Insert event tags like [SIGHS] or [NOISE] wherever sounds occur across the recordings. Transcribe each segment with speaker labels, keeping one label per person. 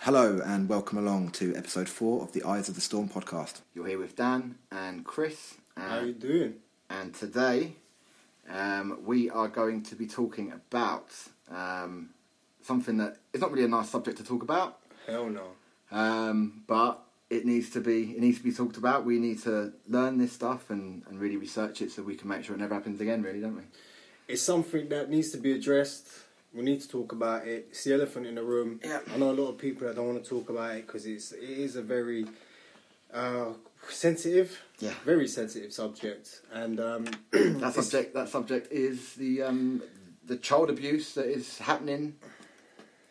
Speaker 1: Hello and welcome along to episode four of the Eyes of the Storm podcast.
Speaker 2: You're here with Dan and Chris,
Speaker 3: How you
Speaker 2: and,
Speaker 3: doing?
Speaker 2: and today um, we are going to be talking about um, something that is not really a nice subject to talk about,
Speaker 3: Hell no.
Speaker 2: um, but it needs to be it needs to be talked about. We need to learn this stuff and, and really research it so we can make sure it never happens again. Really, don't we?
Speaker 3: It's something that needs to be addressed. We need to talk about it. It's the elephant in the room.
Speaker 2: Yeah.
Speaker 3: I know a lot of people that don't want to talk about it because it's it is a very uh, sensitive,
Speaker 2: Yeah.
Speaker 3: very sensitive subject, and um, [CLEARS THROAT]
Speaker 2: That subject that subject is the um, the child abuse that is happening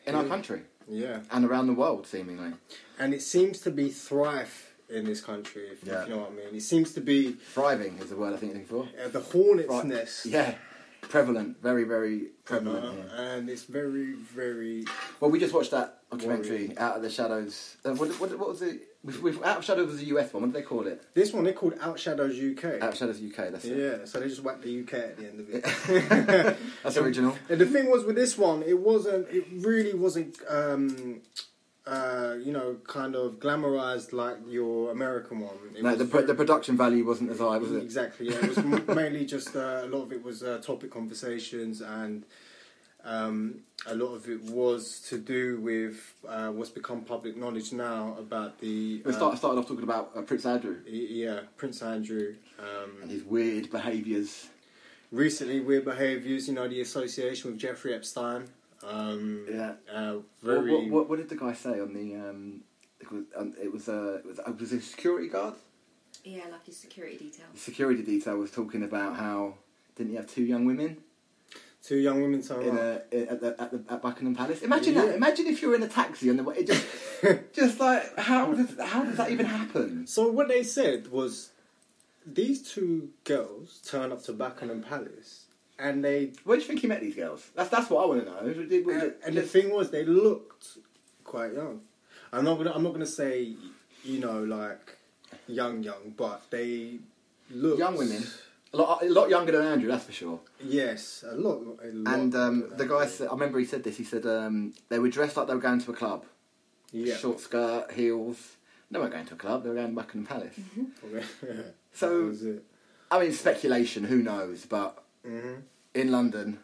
Speaker 2: in our
Speaker 3: Yeah.
Speaker 2: country
Speaker 3: yeah,
Speaker 2: and around the world, seemingly.
Speaker 3: and it seems to be thrive in this country. If, if
Speaker 2: Yeah.
Speaker 3: you know what I mean. It seems to be
Speaker 2: Thriving is the word I think you're looking for.
Speaker 3: uh, the hornet's
Speaker 2: Right.
Speaker 3: nest.
Speaker 2: Yeah, prevalent, very, very
Speaker 3: you know,
Speaker 2: prevalent. yeah.
Speaker 3: and it's very, very
Speaker 2: Well, we just watched that documentary, Out of the Shadows. Uh, what, what, what was it? We've, we've, Out of Shadows was the US one. What did they call it?
Speaker 3: This one they're called Outshadows UK.
Speaker 2: Out of Shadows UK. That's it.
Speaker 3: Yeah, so they just whacked the UK at the end of it.
Speaker 2: [LAUGHS] That's original.
Speaker 3: [LAUGHS] And the thing was with this one, it wasn't. It really wasn't. Um, uh, you know, kind of glamorized like your American one. It
Speaker 2: No,
Speaker 3: was
Speaker 2: the, pro- the production value wasn't as high, was it?
Speaker 3: Exactly. Yeah, it
Speaker 2: [LAUGHS]
Speaker 3: was m- mainly just uh, a lot of it was uh, topic conversations, and um, a lot of it was to do with uh, what's become public knowledge now about the.
Speaker 2: We
Speaker 3: uh,
Speaker 2: start, started off talking about uh, Prince Andrew
Speaker 3: y- yeah, Prince Andrew.
Speaker 2: and
Speaker 3: Um,
Speaker 2: his weird behaviours.
Speaker 3: recently, weird behaviours. You know, the association with Jeffrey Epstein. Um,
Speaker 2: Yeah.
Speaker 3: Uh,
Speaker 2: What,
Speaker 3: very.
Speaker 2: what, what, what did the guy say on the? Um, it was, um, it was, uh, it was, uh, was it a security guard.
Speaker 4: Yeah, like his security detail.
Speaker 2: The security detail was talking about how didn't he have two young women?
Speaker 3: Two young women turn
Speaker 2: in
Speaker 3: around.
Speaker 2: a, in- at, the, at, the, at Buckingham Palace. Imagine
Speaker 3: Oh, Yeah.
Speaker 2: that. Imagine if you were in a taxi on the way. It just, just like how does how does that even happen?
Speaker 3: [LAUGHS] So what they said was, these two girls turn up to Buckingham Palace, and they
Speaker 2: Where do you think he met these girls? That's that's what I want to know. Did- did-
Speaker 3: and,
Speaker 2: did-
Speaker 3: and the thing was they looked quite young. I'm not gonna I'm not gonna say, you know, like young young, but they looked
Speaker 2: young women, a lot a lot younger than Andrew, that's for sure.
Speaker 3: Yes, a lot. A lot
Speaker 2: And um, the guy
Speaker 3: guys.
Speaker 2: said, I remember he said this. He said um, they were dressed like they were going to a club.
Speaker 3: yeah. [LAUGHS]
Speaker 2: Short skirt, heels. They weren't going to a club. They were going to Buckingham Palace.
Speaker 3: Mm-hmm.
Speaker 2: So-
Speaker 3: That was it.
Speaker 2: I mean, speculation. Who knows? But
Speaker 3: Mhm.
Speaker 2: in London,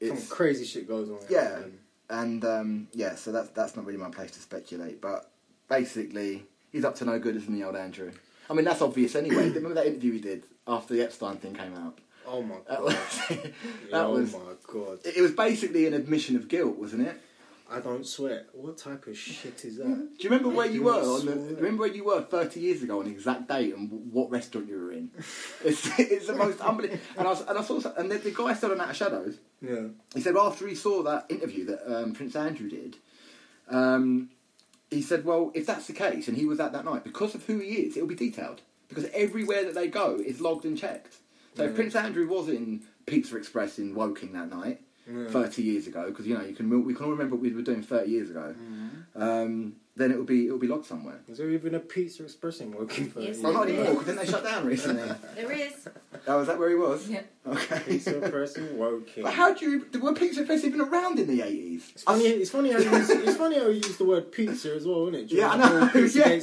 Speaker 3: some
Speaker 2: Mm-hmm. it's
Speaker 3: crazy shit goes on.
Speaker 2: Yeah, and um, yeah, so that's that's not really my place to speculate. But basically, he's up to no good, isn't he, old Andrew? I mean, that's obvious anyway.
Speaker 3: [CLEARS THROAT]
Speaker 2: Remember that interview he did after the Epstein thing came out?
Speaker 3: Oh my
Speaker 2: That
Speaker 3: god.
Speaker 2: was, [LAUGHS]
Speaker 3: [LAUGHS]
Speaker 2: that
Speaker 3: oh
Speaker 2: was
Speaker 3: my god.
Speaker 2: it it was basically an admission of guilt, wasn't it?
Speaker 3: I don't sweat. What type of shit is that?
Speaker 2: Do you remember
Speaker 3: I
Speaker 2: where you
Speaker 3: do
Speaker 2: were?
Speaker 3: not
Speaker 2: On the,
Speaker 3: swear.
Speaker 2: remember where you were thirty years ago on the exact date and w- what restaurant you were
Speaker 3: [LAUGHS]
Speaker 2: in? It's, it's the most unbelievable. And I was, and I saw some- and the, the guy still on Out of Shadows.
Speaker 3: [LAUGHS] Yeah.
Speaker 2: He said after he saw that interview that um, Prince Andrew did, um, he said, "Well, if that's the case, and he was at that night because of who he is, it'll be detailed because everywhere that they go is logged and checked. So if
Speaker 3: Yeah.
Speaker 2: Prince Andrew was in Pizza Express in Woking that night,
Speaker 3: Yeah.
Speaker 2: thirty years ago, because you know you can we can all remember what we were doing thirty years ago, um, then it will be it will be logged somewhere.
Speaker 3: Mm-hmm. Is there even a Pizza Express in working for
Speaker 4: Yes,
Speaker 3: you?
Speaker 2: Well, not
Speaker 4: Yeah.
Speaker 2: anymore because then they shut down recently.
Speaker 4: There is.
Speaker 2: oh, was that where he was?
Speaker 4: [LAUGHS] Yeah.
Speaker 2: Okay.
Speaker 3: [LAUGHS] Pizza Express in working.
Speaker 2: But how do you were Pizza Express even around in the eighties?
Speaker 3: It's funny, it's, funny how you use, it's funny how you use the word pizza as well, isn't it? During
Speaker 2: Yeah, I
Speaker 3: the whole
Speaker 2: know.
Speaker 3: Pizzagate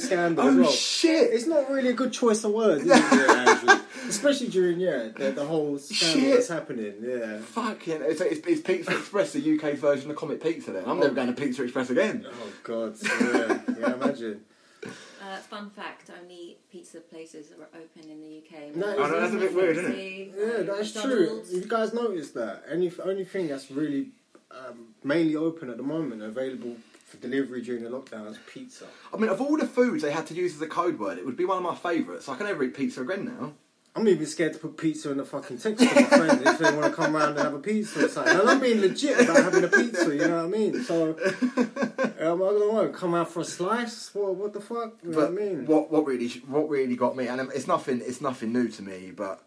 Speaker 2: [LAUGHS] yeah.
Speaker 3: scandal
Speaker 2: oh
Speaker 3: as well.
Speaker 2: shit!
Speaker 3: It's not really a good choice of words,
Speaker 2: [LAUGHS]
Speaker 3: is it, really, Andrew? Especially during, yeah, the, the whole scandal
Speaker 2: Shit.
Speaker 3: that's happening, yeah.
Speaker 2: Fucking, it's, it's, it's Pizza Express, the UK version of Comet Pizza. Then I'm never going to Pizza Express again.
Speaker 3: Oh, God, yeah, yeah, imagine.
Speaker 4: Uh, fun fact: only pizza places are open in the UK.
Speaker 3: No,
Speaker 2: Oh,
Speaker 4: Like
Speaker 3: I know, that's
Speaker 1: a bit weird, isn't it?
Speaker 4: McDonald's,
Speaker 3: Yeah, that's true.
Speaker 4: McDonald's.
Speaker 3: You guys noticed that. Any only thing that's really um, mainly open at the moment, available for delivery during the lockdown, is pizza.
Speaker 2: I mean, of all the foods they had to use as a code word, it would be one of my favourites. I can never eat pizza again now.
Speaker 3: I'm even scared to put pizza in the fucking text to my friends if they want to come round and have a pizza or something. And I'm being legit about having a pizza, you know what I mean?
Speaker 2: [LAUGHS]
Speaker 3: So, um, I don't know, come out for a slice? What, what the fuck? You know what I mean?
Speaker 2: what what really sh- what really got me, and um, it's nothing it's nothing new to me, but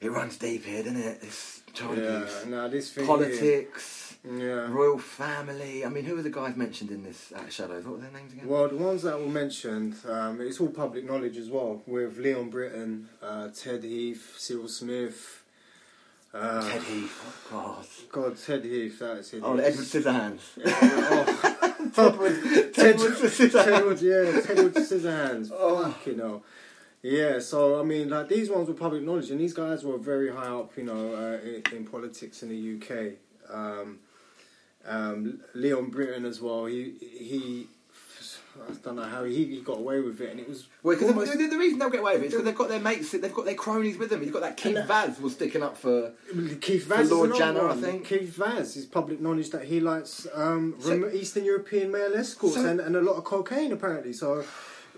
Speaker 2: it runs deep here, doesn't it? It's child
Speaker 3: yeah,
Speaker 2: abuse,
Speaker 3: nah, this thing.
Speaker 2: politics,
Speaker 3: Here, yeah.
Speaker 2: royal family. I mean, who were the guys mentioned in this uh, Shadows? What were their names again?
Speaker 3: Well, the ones that were mentioned, um, it's all public knowledge as well, with Leon Britton, uh, Ted Heath, Cyril Smith. Uh,
Speaker 2: Teddy. Oh God.
Speaker 3: God, Ted Heath, that is it.
Speaker 2: Oh, Edward Scissorhands.
Speaker 3: Yeah, oh.
Speaker 2: [LAUGHS] Ted Wood. Ted Wood's the scissor.
Speaker 3: Tedward, yeah, Tedward Scissorhands.
Speaker 2: Oh.
Speaker 3: Fuck, you know. Yeah, so I mean, like these ones were public knowledge, and these guys were very high up, you know, uh, in, in politics in the UK. Um, um, Leon Britton as well. He he, I don't know how he, he got away with it, and it was
Speaker 2: Well, 'cause
Speaker 3: almost-
Speaker 2: the, the- the reason they'll get away with it is because they've got their mates, they've got their cronies with them. You've got that Keith Vaz was sticking up for.
Speaker 3: Keith Vaz
Speaker 2: Lord
Speaker 3: is another
Speaker 2: Janner, I
Speaker 3: one.
Speaker 2: think.
Speaker 3: Keith Vaz is public knowledge that he likes um,
Speaker 2: So-
Speaker 3: rem- Eastern European male escorts
Speaker 2: So-
Speaker 3: and, and a lot of cocaine apparently. So,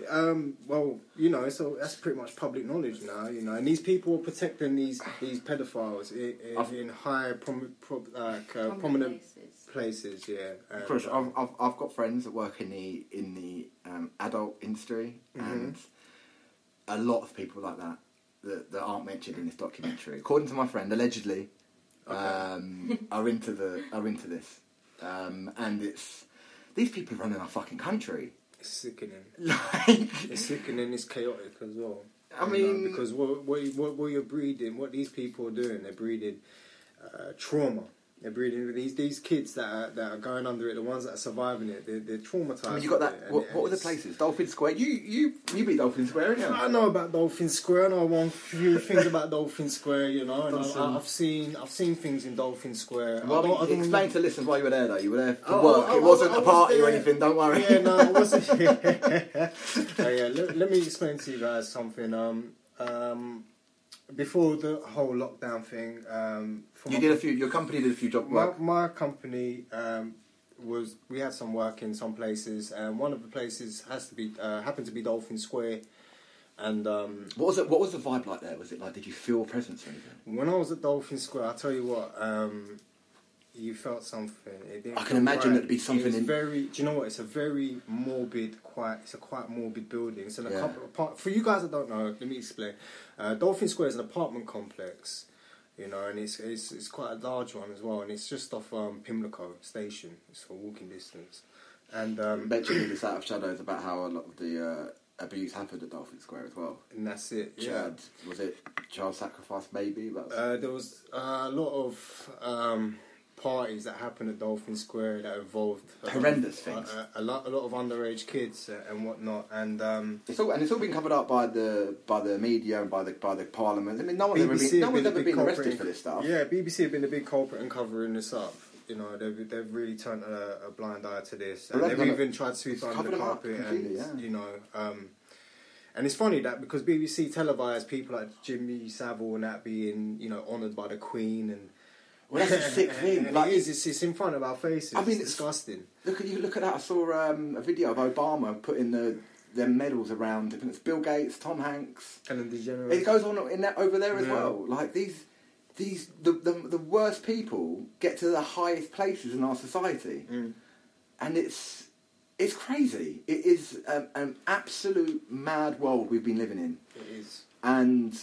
Speaker 3: um, well, you know, so that's pretty much public knowledge now. You know, and these people are protecting these these pedophiles
Speaker 2: I've-
Speaker 3: in, in, in high prom- pro- like, uh,
Speaker 4: Prominent
Speaker 3: prominent
Speaker 4: places.
Speaker 3: places. Yeah, and,
Speaker 2: Of course, I've, I've, I've got friends that work in the in the um, adult industry,
Speaker 3: Mm-hmm.
Speaker 2: and a lot of people like that, that that aren't mentioned in this documentary, according to my friend, allegedly,
Speaker 3: uh,
Speaker 2: [LAUGHS] um, are into the are into this, um, and it's these people running our fucking country. [LAUGHS]
Speaker 3: it's sickening.
Speaker 2: Like,
Speaker 3: It's sickening. It's chaotic as well.
Speaker 2: I
Speaker 3: You
Speaker 2: mean-
Speaker 3: know, uh, because what, what you- what what you're breeding, what these people are doing, they're breeding uh, trauma. They're breeding these these kids that are, that are going under it, the ones that are surviving it. They're, they're traumatized.
Speaker 2: I mean, you got
Speaker 3: with it,
Speaker 2: that.
Speaker 3: and-
Speaker 2: What,
Speaker 3: and
Speaker 2: what were the
Speaker 3: it's-
Speaker 2: places? Dolphin Square. You you you beat Dolphin Square, didn't
Speaker 3: I know about Dolphin Square. I know one few things about Dolphin Square, you know. And
Speaker 2: Dolphin.
Speaker 3: I, I've seen I've seen things in Dolphin Square. I
Speaker 2: Well,
Speaker 3: don't- I don't-
Speaker 2: explain to listeners why you were there, though. You were there for
Speaker 3: Oh,
Speaker 2: work.
Speaker 3: oh, oh,
Speaker 2: it wasn't
Speaker 3: I
Speaker 2: a
Speaker 3: was
Speaker 2: party or
Speaker 3: there.
Speaker 2: anything. Don't worry.
Speaker 3: Yeah, no, it wasn't. Oh, yeah, let, let me explain to you guys something. Um, um, before the whole lockdown thing, um, for
Speaker 2: [LAUGHS] You
Speaker 3: my-
Speaker 2: did a few. Your company did a few job
Speaker 3: my,
Speaker 2: work.
Speaker 3: my company um, was we had some work in some places, and one of the places has to be uh, happened to be Dolphin Square, and. Um,
Speaker 2: What was it? What was the vibe like there? Was it like? Did you feel a presence or anything?
Speaker 3: When I was at Dolphin Square, I tell you what, um, you felt something. It didn't
Speaker 2: I can
Speaker 3: feel
Speaker 2: imagine
Speaker 3: right.
Speaker 2: it'd be something
Speaker 3: It was
Speaker 2: in-
Speaker 3: very. Do you know what? It's a very morbid, quite. It's a quite morbid building. It's an
Speaker 2: Yeah.
Speaker 3: apartment. Apart, for you guys that don't know, let me explain. Uh, Dolphin Square is an apartment complex. You know, and it's, it's it's quite a large one as well, and it's just off um, Pimlico Station. It's a walking distance, and um,
Speaker 2: Mentioning this out of shadows about how a lot of the uh, abuse happened at Dolphin Square as well.
Speaker 3: and that's it. Yeah.
Speaker 2: Chad, was it child sacrifice? Maybe. That was-
Speaker 3: Uh, there was uh, a lot of um, parties that happened at Dolphin Square that involved a lot of- uh,
Speaker 2: Horrendous things.
Speaker 3: A, a, a lot, a lot of underage kids uh, and whatnot, and um,
Speaker 2: it's all and it's all been covered up by the by the media and by the by the parliament. I mean, no one's ever
Speaker 3: BBC
Speaker 2: been, no
Speaker 3: have
Speaker 2: one's
Speaker 3: been a
Speaker 2: ever
Speaker 3: big
Speaker 2: been
Speaker 3: culprit
Speaker 2: arrested
Speaker 3: in-
Speaker 2: for this stuff.
Speaker 3: Yeah, BBC have been a big culprit in covering this up. You know, they've, they've really turned a, a blind eye to this,
Speaker 2: Well,
Speaker 3: and
Speaker 2: they've
Speaker 3: they've
Speaker 2: done
Speaker 3: even
Speaker 2: it-
Speaker 3: tried to sweep
Speaker 2: it's
Speaker 3: it under
Speaker 2: covered
Speaker 3: the
Speaker 2: them up
Speaker 3: carpet, and
Speaker 2: completely, yeah.
Speaker 3: you know. Um, and it's funny that because BBC televised people like Jimmy Savile and that being, you know, honoured by the Queen and
Speaker 2: Well,
Speaker 3: [LAUGHS]
Speaker 2: that's a sick
Speaker 3: And
Speaker 2: thing.
Speaker 3: it
Speaker 2: Like,
Speaker 3: is, It's, it's in front of our faces.
Speaker 2: I mean,
Speaker 3: it's
Speaker 2: it's-
Speaker 3: disgusting.
Speaker 2: Look at you! Look at that! I saw um, a video of Obama putting the their medals around. I think it's Bill Gates, Tom Hanks.
Speaker 3: And then degenerate.
Speaker 2: It goes on in that over there as
Speaker 3: Yeah.
Speaker 2: well. Like these, these the, the the worst people get to the highest places in our society,
Speaker 3: Mm.
Speaker 2: and it's it's crazy. It is um, an absolute mad world we've been living in,
Speaker 3: It is.
Speaker 2: and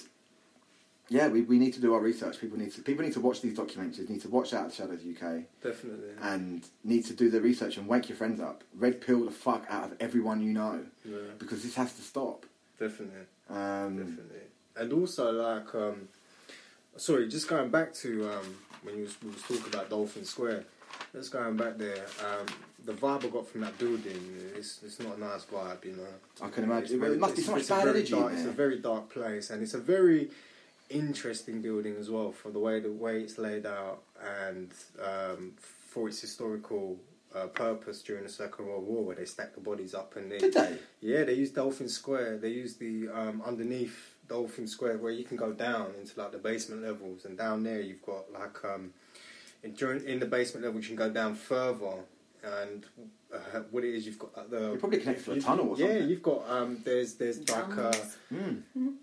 Speaker 2: yeah, we, we need to do our research. People need to people need to watch these documentaries. Need to watch Out of the Shadows UK
Speaker 3: Definitely.
Speaker 2: and need to do the research and wake your friends up. Red pill the fuck out of everyone you know
Speaker 3: Yeah,
Speaker 2: because this has to stop.
Speaker 3: definitely.
Speaker 2: Um,
Speaker 3: Definitely. And also, like, um, sorry, just going back to um, when you was, we was talking about Dolphin Square, just going back there, um, the vibe I got from that building, it's, it's not a nice vibe, you know.
Speaker 2: I can imagine.
Speaker 3: It's very-
Speaker 2: It must be
Speaker 3: it's-
Speaker 2: so much
Speaker 3: it's a
Speaker 2: bad
Speaker 3: very
Speaker 2: energy in
Speaker 3: dark- It's
Speaker 2: there.
Speaker 3: a very dark place, and it's a very interesting building as well for the way the way it's laid out and um, for its historical uh, purpose during the Second World War, where they stacked the bodies up and they
Speaker 2: Did they?
Speaker 3: yeah they used Dolphin Square. They used the um, underneath Dolphin Square where you can go down into like the basement levels, and down there you've got like um, in, during in the basement level you can go down further. And uh, what it is, you've got uh, the
Speaker 2: You're probably connected to a
Speaker 3: you-
Speaker 2: tunnel or
Speaker 3: yeah,
Speaker 2: something.
Speaker 3: you've got um, there's there's like uh,
Speaker 4: Tunnels.
Speaker 2: Mm.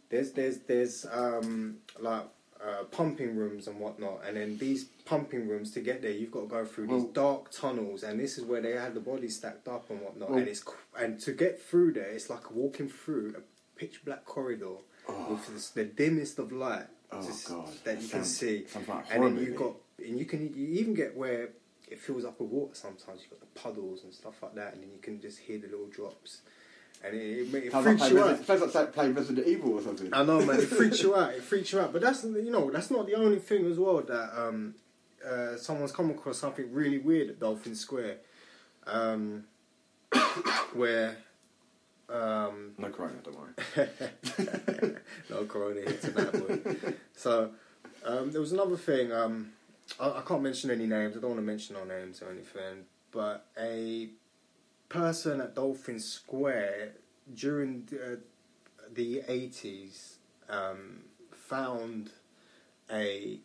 Speaker 3: there's there's there's um, like uh, pumping rooms and whatnot, and then these pumping rooms to get there, you've got to go through
Speaker 2: Well-
Speaker 3: these dark tunnels, and this is where they had the bodies stacked up and whatnot,
Speaker 2: Well-
Speaker 3: and it's qu- and to get through there, it's like walking through a pitch black corridor with this, the dimmest of light
Speaker 2: Oh,
Speaker 3: just
Speaker 2: God.
Speaker 3: that
Speaker 2: That
Speaker 3: you can
Speaker 2: sounds-
Speaker 3: see,
Speaker 2: sounds like a
Speaker 3: and
Speaker 2: horror
Speaker 3: then you
Speaker 2: movie.
Speaker 3: got and you can you even get where it fills up with water sometimes. You've got the puddles and stuff like that, and then you can just hear the little drops. And it, it, it
Speaker 2: Sounds like
Speaker 3: freaks
Speaker 2: playing
Speaker 3: you out. Um,
Speaker 2: Resi- sounds like playing Resident Evil or something.
Speaker 3: I know, man. It freaks you out. It freaks you out. But that's you know that's not the only thing as well that um, [COUGHS] uh, someone's come across something really weird at Dolphin Square. Um, where um,
Speaker 2: No corona, don't worry.
Speaker 3: [LAUGHS] no corona here tonight, boy. So um, there was another thing. Um, I, I can't mention any names. I don't want to mention no names or anything. But a person at Dolphin Square during the, uh, the 80s um, found a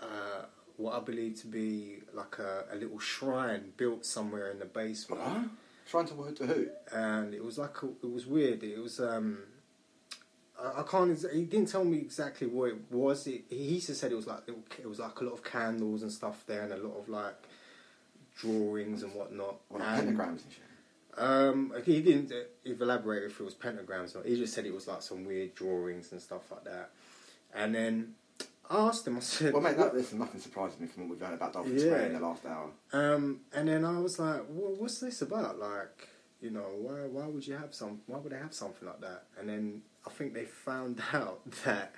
Speaker 3: uh, what I believe to be like a, a little shrine built somewhere in the basement
Speaker 2: Trying to word to who?
Speaker 3: and it was like a, it was weird. It was um, I, I can't. ex- He didn't tell me exactly what it was. It, he he just said it was like little, ca- it was like a lot of candles and stuff there, and a lot of like drawings and whatnot.
Speaker 2: Well, like
Speaker 3: and,
Speaker 2: pentagrams and shit.
Speaker 3: um, okay, he didn't uh, elaborate if it was pentagrams or he just said it was like some weird drawings and stuff like that. And then I asked him. I said,
Speaker 2: Well, mate, that, listen, nothing surprises me from what we've learned about Dolphin Square
Speaker 3: Yeah.
Speaker 2: in the last hour.
Speaker 3: Um, and then I was like, well, "What's this about? Like, you know, why why would you have some? Why would they have something like that?" And then I think they found [LAUGHS] out that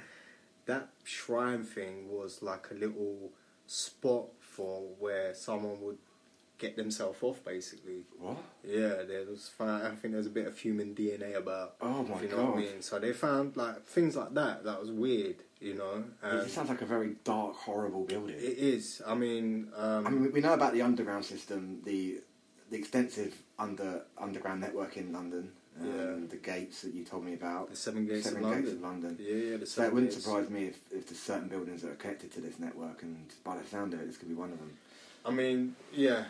Speaker 3: that shrine thing was like a little spot for where someone would get themselves off, basically.
Speaker 2: What?
Speaker 3: Yeah, there was. fi- I think there's a bit of human DNA about.
Speaker 2: Oh my
Speaker 3: you know What I
Speaker 2: God.
Speaker 3: mean? So they found like things like that. That was weird, you know.
Speaker 2: It
Speaker 3: Um,
Speaker 2: just sounds like a very dark, horrible building.
Speaker 3: it is. I mean, um,
Speaker 2: I mean, we- we know about the underground system, the the extensive under underground network in London, um,
Speaker 3: Yeah.
Speaker 2: the gates that you told me about,
Speaker 3: the Seven Gates
Speaker 2: Seven
Speaker 3: of
Speaker 2: Gates
Speaker 3: London.
Speaker 2: of London.
Speaker 3: Yeah, yeah. The
Speaker 2: So it
Speaker 3: Seven
Speaker 2: wouldn't
Speaker 3: Gates.
Speaker 2: surprise me if, if there's certain buildings that are connected to this network, and by the sound of it, this could be one of them.
Speaker 3: I mean, yeah,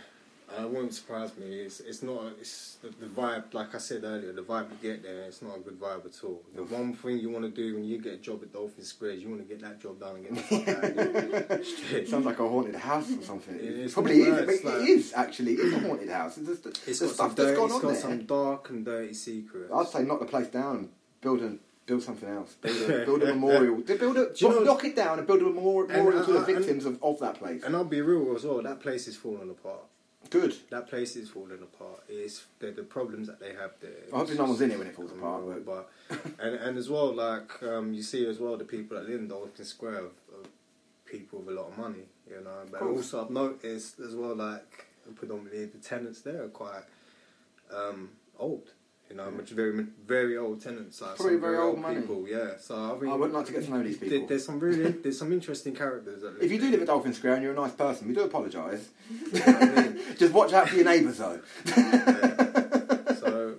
Speaker 3: uh, it wouldn't surprise me. It's it's not it's the, the vibe. Like I said earlier, the vibe you get there, it's not a good vibe at all. The
Speaker 2: Oof.
Speaker 3: one thing you want to do when you get a job at Dolphin Square is you want to get that job done and get the fuck out of here.
Speaker 2: [LAUGHS] It
Speaker 3: Straight.
Speaker 2: sounds like a haunted house or something.
Speaker 3: It is
Speaker 2: Probably
Speaker 3: not
Speaker 2: is.
Speaker 3: nice,
Speaker 2: It, it
Speaker 3: like-
Speaker 2: is actually. It's a haunted house. It's just, the
Speaker 3: [LAUGHS] It's
Speaker 2: the
Speaker 3: got some
Speaker 2: stuff that's
Speaker 3: dirty,
Speaker 2: gone
Speaker 3: it's
Speaker 2: on
Speaker 3: got
Speaker 2: there.
Speaker 3: some dark and dirty secrets.
Speaker 2: I'd say knock the place down. Build a build something else. Build
Speaker 3: [LAUGHS]
Speaker 2: a, build a memorial. They Build a,
Speaker 3: Do you know-
Speaker 2: knock it down and build a memorial,
Speaker 3: And,
Speaker 2: memorial to the
Speaker 3: uh, and-
Speaker 2: victims of, of that place.
Speaker 3: And I'll be real as well. That place is falling apart.
Speaker 2: Good.
Speaker 3: That place is falling apart. It's the, the problems that they have there.
Speaker 2: I hope no one's in it when it falls
Speaker 3: I
Speaker 2: apart.
Speaker 3: know,
Speaker 2: But,
Speaker 3: but and and as well, like um, you see as well, the people that live in Dolphin Square are, are people with a lot of money, you know. But
Speaker 2: course.
Speaker 3: also, I've noticed as well, like predominantly the tenants there are quite um, old, you know, much very very old tenants, like
Speaker 2: Probably
Speaker 3: some
Speaker 2: very old money.
Speaker 3: people, yeah. So I, mean,
Speaker 2: I would like to get to know these
Speaker 3: there-
Speaker 2: people.
Speaker 3: There's some really there's some interesting characters. That live
Speaker 2: if you do
Speaker 3: there.
Speaker 2: live at Dolphin Square and you're a nice person, we do
Speaker 3: [LAUGHS]
Speaker 2: apologise.
Speaker 3: I mean,
Speaker 2: [LAUGHS] Just watch out for your neighbours, though. [LAUGHS]
Speaker 3: yeah. so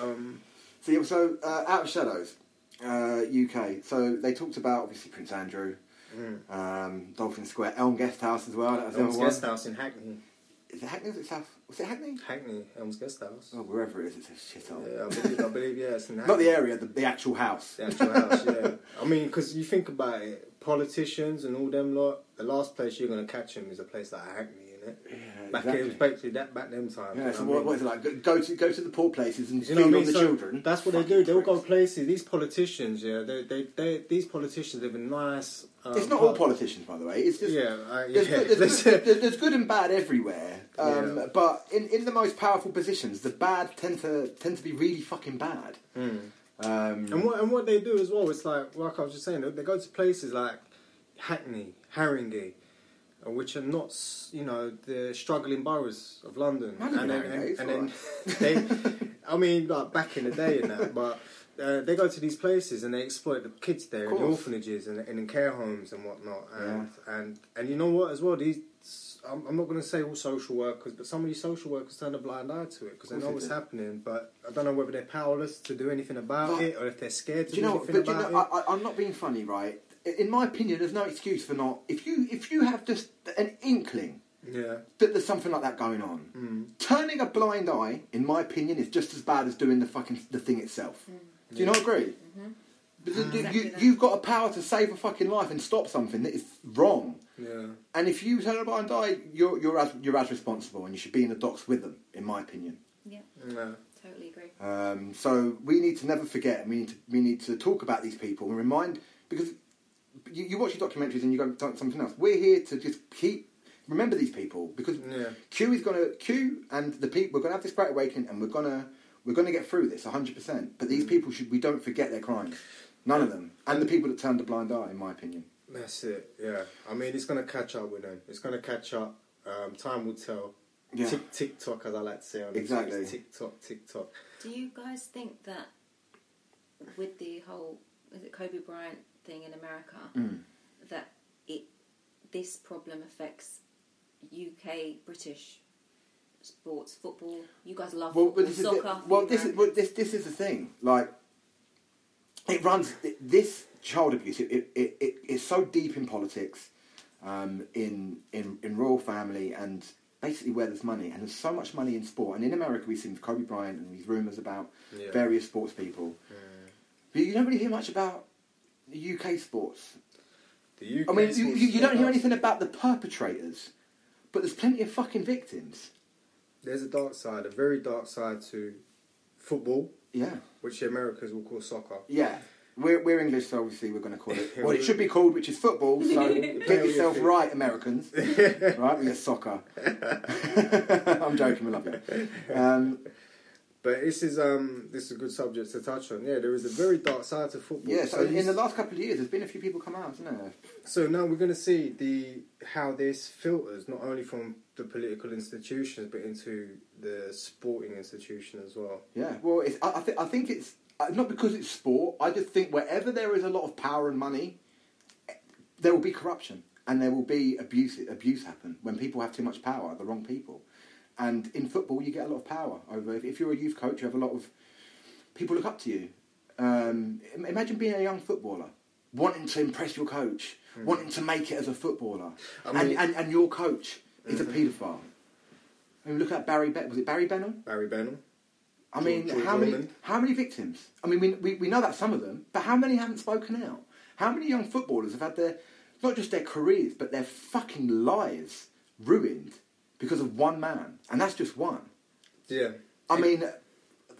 Speaker 3: um,
Speaker 2: So, yeah, so uh, Out of Shadows, uh, UK. So they talked about obviously Prince Andrew,
Speaker 3: mm.
Speaker 2: um, Dolphin Square, Elm Guest House as well. That was the
Speaker 3: Elm's
Speaker 2: other one.
Speaker 3: guest house in Hackney,
Speaker 2: Is it Hackney? or Is it South? Was it Hackney?
Speaker 3: Hackney Elm's guest house.
Speaker 2: Oh, wherever it is, it's a shithole.
Speaker 3: Yeah, I believe, I believe yeah, it's in
Speaker 2: [LAUGHS] Not the
Speaker 3: Hackney.
Speaker 2: area, the, the actual house.
Speaker 3: The actual house, yeah. I mean, because you think about it, politicians and all them lot, the last place you're going to catch them is a place like Hackney, innit?
Speaker 2: Yeah,
Speaker 3: Back
Speaker 2: exactly.
Speaker 3: in, especially that, back them
Speaker 2: [LAUGHS]
Speaker 3: times.
Speaker 2: Yeah,
Speaker 3: you
Speaker 2: so
Speaker 3: know
Speaker 2: what,
Speaker 3: I
Speaker 2: what
Speaker 3: mean?
Speaker 2: is it like? Go- Go to go to the poor places and
Speaker 3: You
Speaker 2: feed
Speaker 3: know what I
Speaker 2: on the
Speaker 3: mean? So
Speaker 2: children.
Speaker 3: That's what they
Speaker 2: Fucking
Speaker 3: do. They'll go
Speaker 2: pricks.
Speaker 3: places. These politicians, yeah, they, they, they, these politicians live in nice. Um,
Speaker 2: It's not all politicians, by the way. It's just
Speaker 3: Yeah, I, yeah.
Speaker 2: There's, good,
Speaker 3: [LAUGHS]
Speaker 2: there's, good, there's- there's good and bad everywhere, um,
Speaker 3: Yeah.
Speaker 2: but in, in the most powerful positions, the bad tend to tend to be really fucking bad.
Speaker 3: Mm.
Speaker 2: Um,
Speaker 3: And what and what they do as well, it's like like I was just saying, they- they go to places like Hackney, Haringey, uh, which are not s- you know the struggling boroughs of London,
Speaker 2: I live
Speaker 3: and
Speaker 2: in
Speaker 3: then
Speaker 2: Haringey, it's
Speaker 3: and, and
Speaker 2: [LAUGHS]
Speaker 3: then they, I mean like back in the day and that, but. Uh, they go to these places and they exploit the kids there in the
Speaker 2: course.
Speaker 3: orphanages and, and in care homes and whatnot and and, and you know what as well these I'm, I'm not going to say all social workers but some of these social workers turn a blind eye to it because they
Speaker 2: Of course
Speaker 3: know
Speaker 2: they
Speaker 3: what's
Speaker 2: do.
Speaker 3: happening but I don't know whether they're powerless to do anything about
Speaker 2: But-
Speaker 3: it or if they're scared to
Speaker 2: do
Speaker 3: do,
Speaker 2: you know?
Speaker 3: anything
Speaker 2: But do you
Speaker 3: about
Speaker 2: know,
Speaker 3: it.
Speaker 2: I, I, I'm not being funny, right? In my opinion, there's no excuse for not. If you if you have just an inkling
Speaker 3: yeah, mm,
Speaker 2: that there's something like that going on,
Speaker 3: Hmm.
Speaker 2: turning a blind eye, in my opinion, is just as bad as doing the fucking the thing itself. Do you not agree? But the- the-
Speaker 4: Exactly
Speaker 2: you,
Speaker 4: that.
Speaker 2: you've got a power to save a fucking life and stop something that is wrong.
Speaker 3: yeah.
Speaker 2: And if you turn a blind eye, you're you're as you're as responsible, and you should be in the docks with them, in my opinion.
Speaker 4: Yeah,
Speaker 3: No.
Speaker 4: totally agree.
Speaker 2: Um, so we need to never forget. and We need to we need to talk about these people and remind because you, you watch your documentaries and you go "Don't- something else. We're here to just keep remember these people because
Speaker 3: Yeah.
Speaker 2: Q is gonna Q and the people we're gonna have this great awakening and we're gonna we're gonna get through this hundred percent. But these people should we don't forget their crimes, none of them, and the people that turned a blind eye, in my opinion.
Speaker 3: That's it. Yeah, I mean, it's gonna catch up with them. It's gonna catch up. Um, time will tell.
Speaker 2: Yeah.
Speaker 3: Tick tick tock, as I like to say on
Speaker 2: Exactly.
Speaker 3: the tick tock, tick tock.
Speaker 4: Do you guys think that with the whole is it Kobe Bryant thing in America
Speaker 2: Mm.
Speaker 4: that it this problem affects UK British sports football? You guys love
Speaker 2: Well,
Speaker 4: football,
Speaker 2: but this is
Speaker 4: soccer.
Speaker 2: the, well, this is
Speaker 4: American-
Speaker 2: well, this this is the thing. Like, it runs this child abuse. It it, it, it is so deep in politics, um, in in in royal family, and basically where there's money. And there's so much money in sport. And in America, we've seen Kobe Bryant and these rumours about
Speaker 3: Yeah.
Speaker 2: various sports people. But you don't really hear much about UK sports.
Speaker 3: The UK
Speaker 2: I mean, you,
Speaker 3: sports
Speaker 2: you, you don't hear
Speaker 3: is-
Speaker 2: anything about the perpetrators, but there's plenty of fucking victims.
Speaker 3: There's a dark side, a very dark side to football,
Speaker 2: Yeah.
Speaker 3: which the Americans will call soccer.
Speaker 2: Yeah. We're, we're English, so obviously we're going to call it
Speaker 3: Yeah,
Speaker 2: what
Speaker 3: we-
Speaker 2: it should be called, which is football. So get
Speaker 3: Yeah, we
Speaker 2: yourself
Speaker 3: agree.
Speaker 2: right, Americans. right, we are soccer. [LAUGHS] I'm joking, we love you. Um,
Speaker 3: But this is um this is a good subject to touch on. Yeah, there is a very dark side to football.
Speaker 2: yeah, so in, in
Speaker 3: you-
Speaker 2: the last couple of years, there's been a few people come out, hasn't there?
Speaker 3: So now we're going to see the how this filters not only from the political institutions but into the sporting institution as well.
Speaker 2: Yeah. Well, it's, I, I, th- I think it's uh, not because it's sport. I just think wherever there is a lot of power and money, eh, there will be corruption and there will be abuse. Abuse happen when people have too much power, the wrong people. And in football, you get a lot of power over. If, if you're a youth coach, you have a lot of people look up to you. Um, im- imagine being a young footballer, wanting to impress your coach, wanting to make it as a footballer,
Speaker 3: Hmm. I
Speaker 2: and,
Speaker 3: mean- Mm-hmm.
Speaker 2: and, and your coach is a paedophile. I mean, look at Barry. Be- was it Barry Benham?
Speaker 3: Barry Benham.
Speaker 2: I mean,
Speaker 3: George
Speaker 2: how many
Speaker 3: Ormond.
Speaker 2: how many victims? I mean, we, we, we know that some of them, but how many haven't spoken out? How many young footballers have had their not just their careers but their fucking lives ruined because of one man, and that's just one.
Speaker 3: Yeah.
Speaker 2: I mean,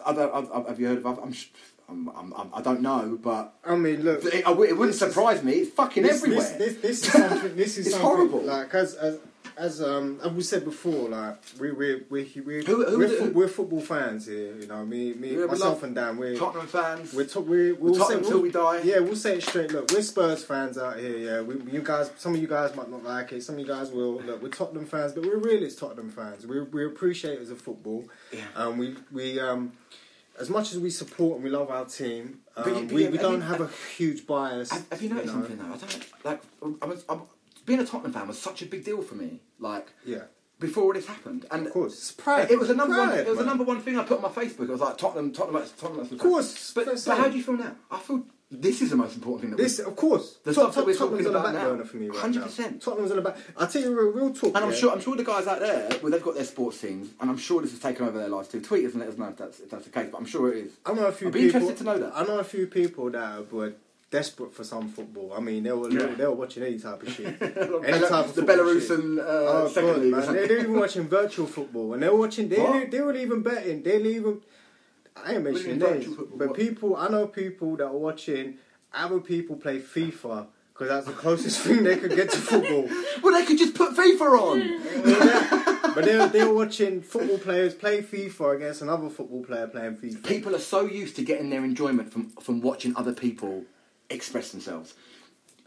Speaker 2: other, other, have you heard of? Other, I'm, sh- I'm, I'm, I'm- I don't know, but
Speaker 3: I mean, look.
Speaker 2: it, I w- it wouldn't surprise me. It's fucking
Speaker 3: this,
Speaker 2: everywhere.
Speaker 3: This, this, this is something. This is
Speaker 2: It's
Speaker 3: something,
Speaker 2: horrible.
Speaker 3: Like as as as um as we said before, like we we we we
Speaker 2: Who- who
Speaker 3: we're,
Speaker 2: the-
Speaker 3: fo- we're football fans here. You know, me me
Speaker 2: Yeah, we
Speaker 3: myself
Speaker 2: love
Speaker 3: and Dan. We're
Speaker 2: Tottenham fans.
Speaker 3: We're, to- we're, we'll
Speaker 2: Tottenham
Speaker 3: say,
Speaker 2: till we die.
Speaker 3: Yeah, we'll say it straight. Look, we're Spurs fans out here. Yeah, we, you guys. Some of you guys might not like it. Some of you guys will. Look, we're Tottenham fans, but we're realist Tottenham fans. We're, we're appreciators of football.
Speaker 2: Yeah.
Speaker 3: Um, we we um, as much as we support and we love our team, um,
Speaker 2: But you- but
Speaker 3: we,
Speaker 2: you-
Speaker 3: we
Speaker 2: I
Speaker 3: don't
Speaker 2: mean,
Speaker 3: have a huge bias.
Speaker 2: Have, have you noticed
Speaker 3: know.
Speaker 2: something though? I don't like. I was, I, being a Tottenham fan was such a big deal for me. Like,
Speaker 3: Yeah.
Speaker 2: Before all this happened, and
Speaker 3: Of course, it's pride.
Speaker 2: It was a number one.
Speaker 3: Pride,
Speaker 2: It was a
Speaker 3: man.
Speaker 2: number one thing I put on my Facebook. It was like Tottenham, Tottenham, that's- Tottenham. That's the
Speaker 3: Of course,
Speaker 2: but,
Speaker 3: that's
Speaker 2: but
Speaker 3: it.
Speaker 2: how do you feel now? I feel this is the most important thing. That
Speaker 3: This,
Speaker 2: we,
Speaker 3: of course,
Speaker 2: The
Speaker 3: Tot-
Speaker 2: stuff that we're
Speaker 3: Tottenham's
Speaker 2: talking
Speaker 3: on the
Speaker 2: about
Speaker 3: back
Speaker 2: now.
Speaker 3: burner for me right
Speaker 2: 100%.
Speaker 3: now. Tottenham's on the back. I will tell you a real, real
Speaker 2: and
Speaker 3: talk.
Speaker 2: I'm
Speaker 3: yeah.
Speaker 2: sure, I'm sure the guys out there, well, they've got their sports teams, and I'm sure this has taken over their lives too. Tweet us and let us know if that's if that's the case. But I'm sure it is.
Speaker 3: I know a few
Speaker 2: I'd be
Speaker 3: people.
Speaker 2: interested to know that.
Speaker 3: I know a few people that were desperate for some football. I mean, they were
Speaker 2: Yeah.
Speaker 3: they were watching any type of
Speaker 2: [LAUGHS]
Speaker 3: shit, any
Speaker 2: Bela-
Speaker 3: type of
Speaker 2: the
Speaker 3: football shit.
Speaker 2: Belarusian uh,
Speaker 3: Oh,
Speaker 2: second
Speaker 3: God,
Speaker 2: league. or
Speaker 3: man.
Speaker 2: something.
Speaker 3: They- They're even watching virtual football, and they're watching. They
Speaker 2: What?
Speaker 3: they were even betting. They even. I ain't mentioning
Speaker 2: mean virtual
Speaker 3: names,
Speaker 2: football?
Speaker 3: but
Speaker 2: What?
Speaker 3: people I know people that are watching other people play FIFA because that's the closest [LAUGHS] thing they could get to
Speaker 2: [LAUGHS]
Speaker 3: football.
Speaker 2: Well, they could just put FIFA on.
Speaker 3: But they're they're watching football players play FIFA against another football player playing FIFA.
Speaker 2: people are so used to getting their enjoyment from from watching other people express themselves,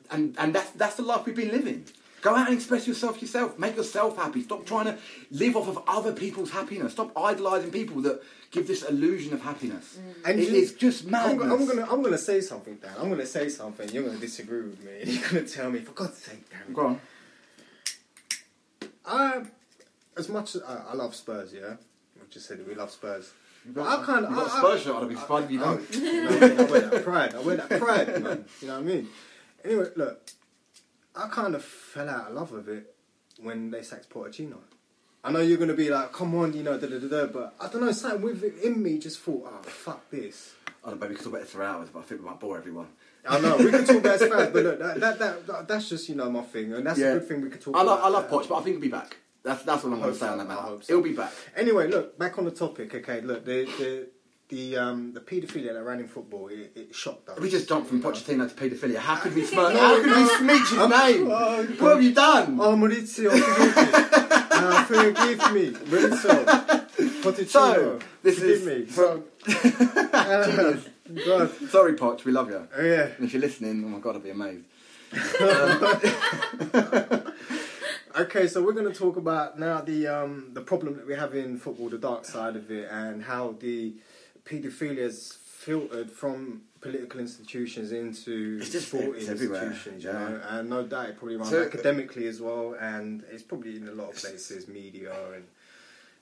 Speaker 2: and and that's that's the life we've been living. Go out and express yourself yourself. Make yourself happy. Stop trying to live off of other people's happiness. Stop idolising people that give this illusion of happiness.
Speaker 3: Mm.
Speaker 2: And
Speaker 3: And you-
Speaker 2: it's just
Speaker 3: I'm,
Speaker 2: madness.
Speaker 3: go- I'm gonna I'm gonna say something, Dan. I'm gonna say something. You're gonna disagree with me. [LAUGHS] You're gonna tell me for God's sake, Darren.
Speaker 2: Go on.
Speaker 3: I, as much as I, I love Spurs, yeah. We just said that we love Spurs. But I kind of
Speaker 2: You've
Speaker 3: I,
Speaker 2: got a
Speaker 3: I-
Speaker 2: Spurs shirt on, I'd be fine if you don't.
Speaker 3: I, you know, I wear that pride. I wear that pride, man. You know what I mean? Anyway, look, I kind of fell out of love with it when they sacked Portocino. I know you're gonna be like, come on, you know, da da da da. But I don't know, something with it in me just thought, oh fuck this.
Speaker 2: I don't know, we could talk about it for hours, but I think we might bore everyone.
Speaker 3: I know we can talk about it fast, but look, that, that, that, that that's just you know my thing, and that's a good thing we could talk.
Speaker 2: I love,
Speaker 3: about.
Speaker 2: I love Poch, but I think he'll be back. That's, that's what I'm going
Speaker 3: hope
Speaker 2: to say
Speaker 3: so,
Speaker 2: on that
Speaker 3: I
Speaker 2: matter.
Speaker 3: hope so.
Speaker 2: He'll be back.
Speaker 3: Anyway, look back on the topic. Okay, look the the the um the paedophilia that ran in football it, it shocked us.
Speaker 2: We just jumped from Pochettino to paedophilia. How could we
Speaker 3: [LAUGHS]
Speaker 2: smirk?
Speaker 3: No,
Speaker 2: How could
Speaker 3: no.
Speaker 2: we
Speaker 3: [LAUGHS]
Speaker 2: smeech his
Speaker 3: I'm-
Speaker 2: name?
Speaker 3: [LAUGHS] oh,
Speaker 2: [LAUGHS] what have you done?
Speaker 3: Oh, Maurizio, forgive
Speaker 2: [LAUGHS]
Speaker 3: me. Uh, forgive me, Maurizio. Pochettino,
Speaker 2: So, this is-
Speaker 3: forgive
Speaker 2: [LAUGHS]
Speaker 3: me. [LAUGHS] So, uh, God,
Speaker 2: Sorry, Poch, we love you.
Speaker 3: oh, yeah.
Speaker 2: And if you're listening, oh my god, I'd be amazed.
Speaker 3: Okay, so we're going to talk about now the um, the problem that we have in football, the dark side of it, and how the paedophilia is filtered from political institutions into
Speaker 2: It's just-
Speaker 3: sporting
Speaker 2: it's everywhere,
Speaker 3: institutions, you
Speaker 2: yeah.
Speaker 3: know, and no doubt it probably runs
Speaker 2: So- uh,
Speaker 3: academically as well, and it's probably in a lot of places, media and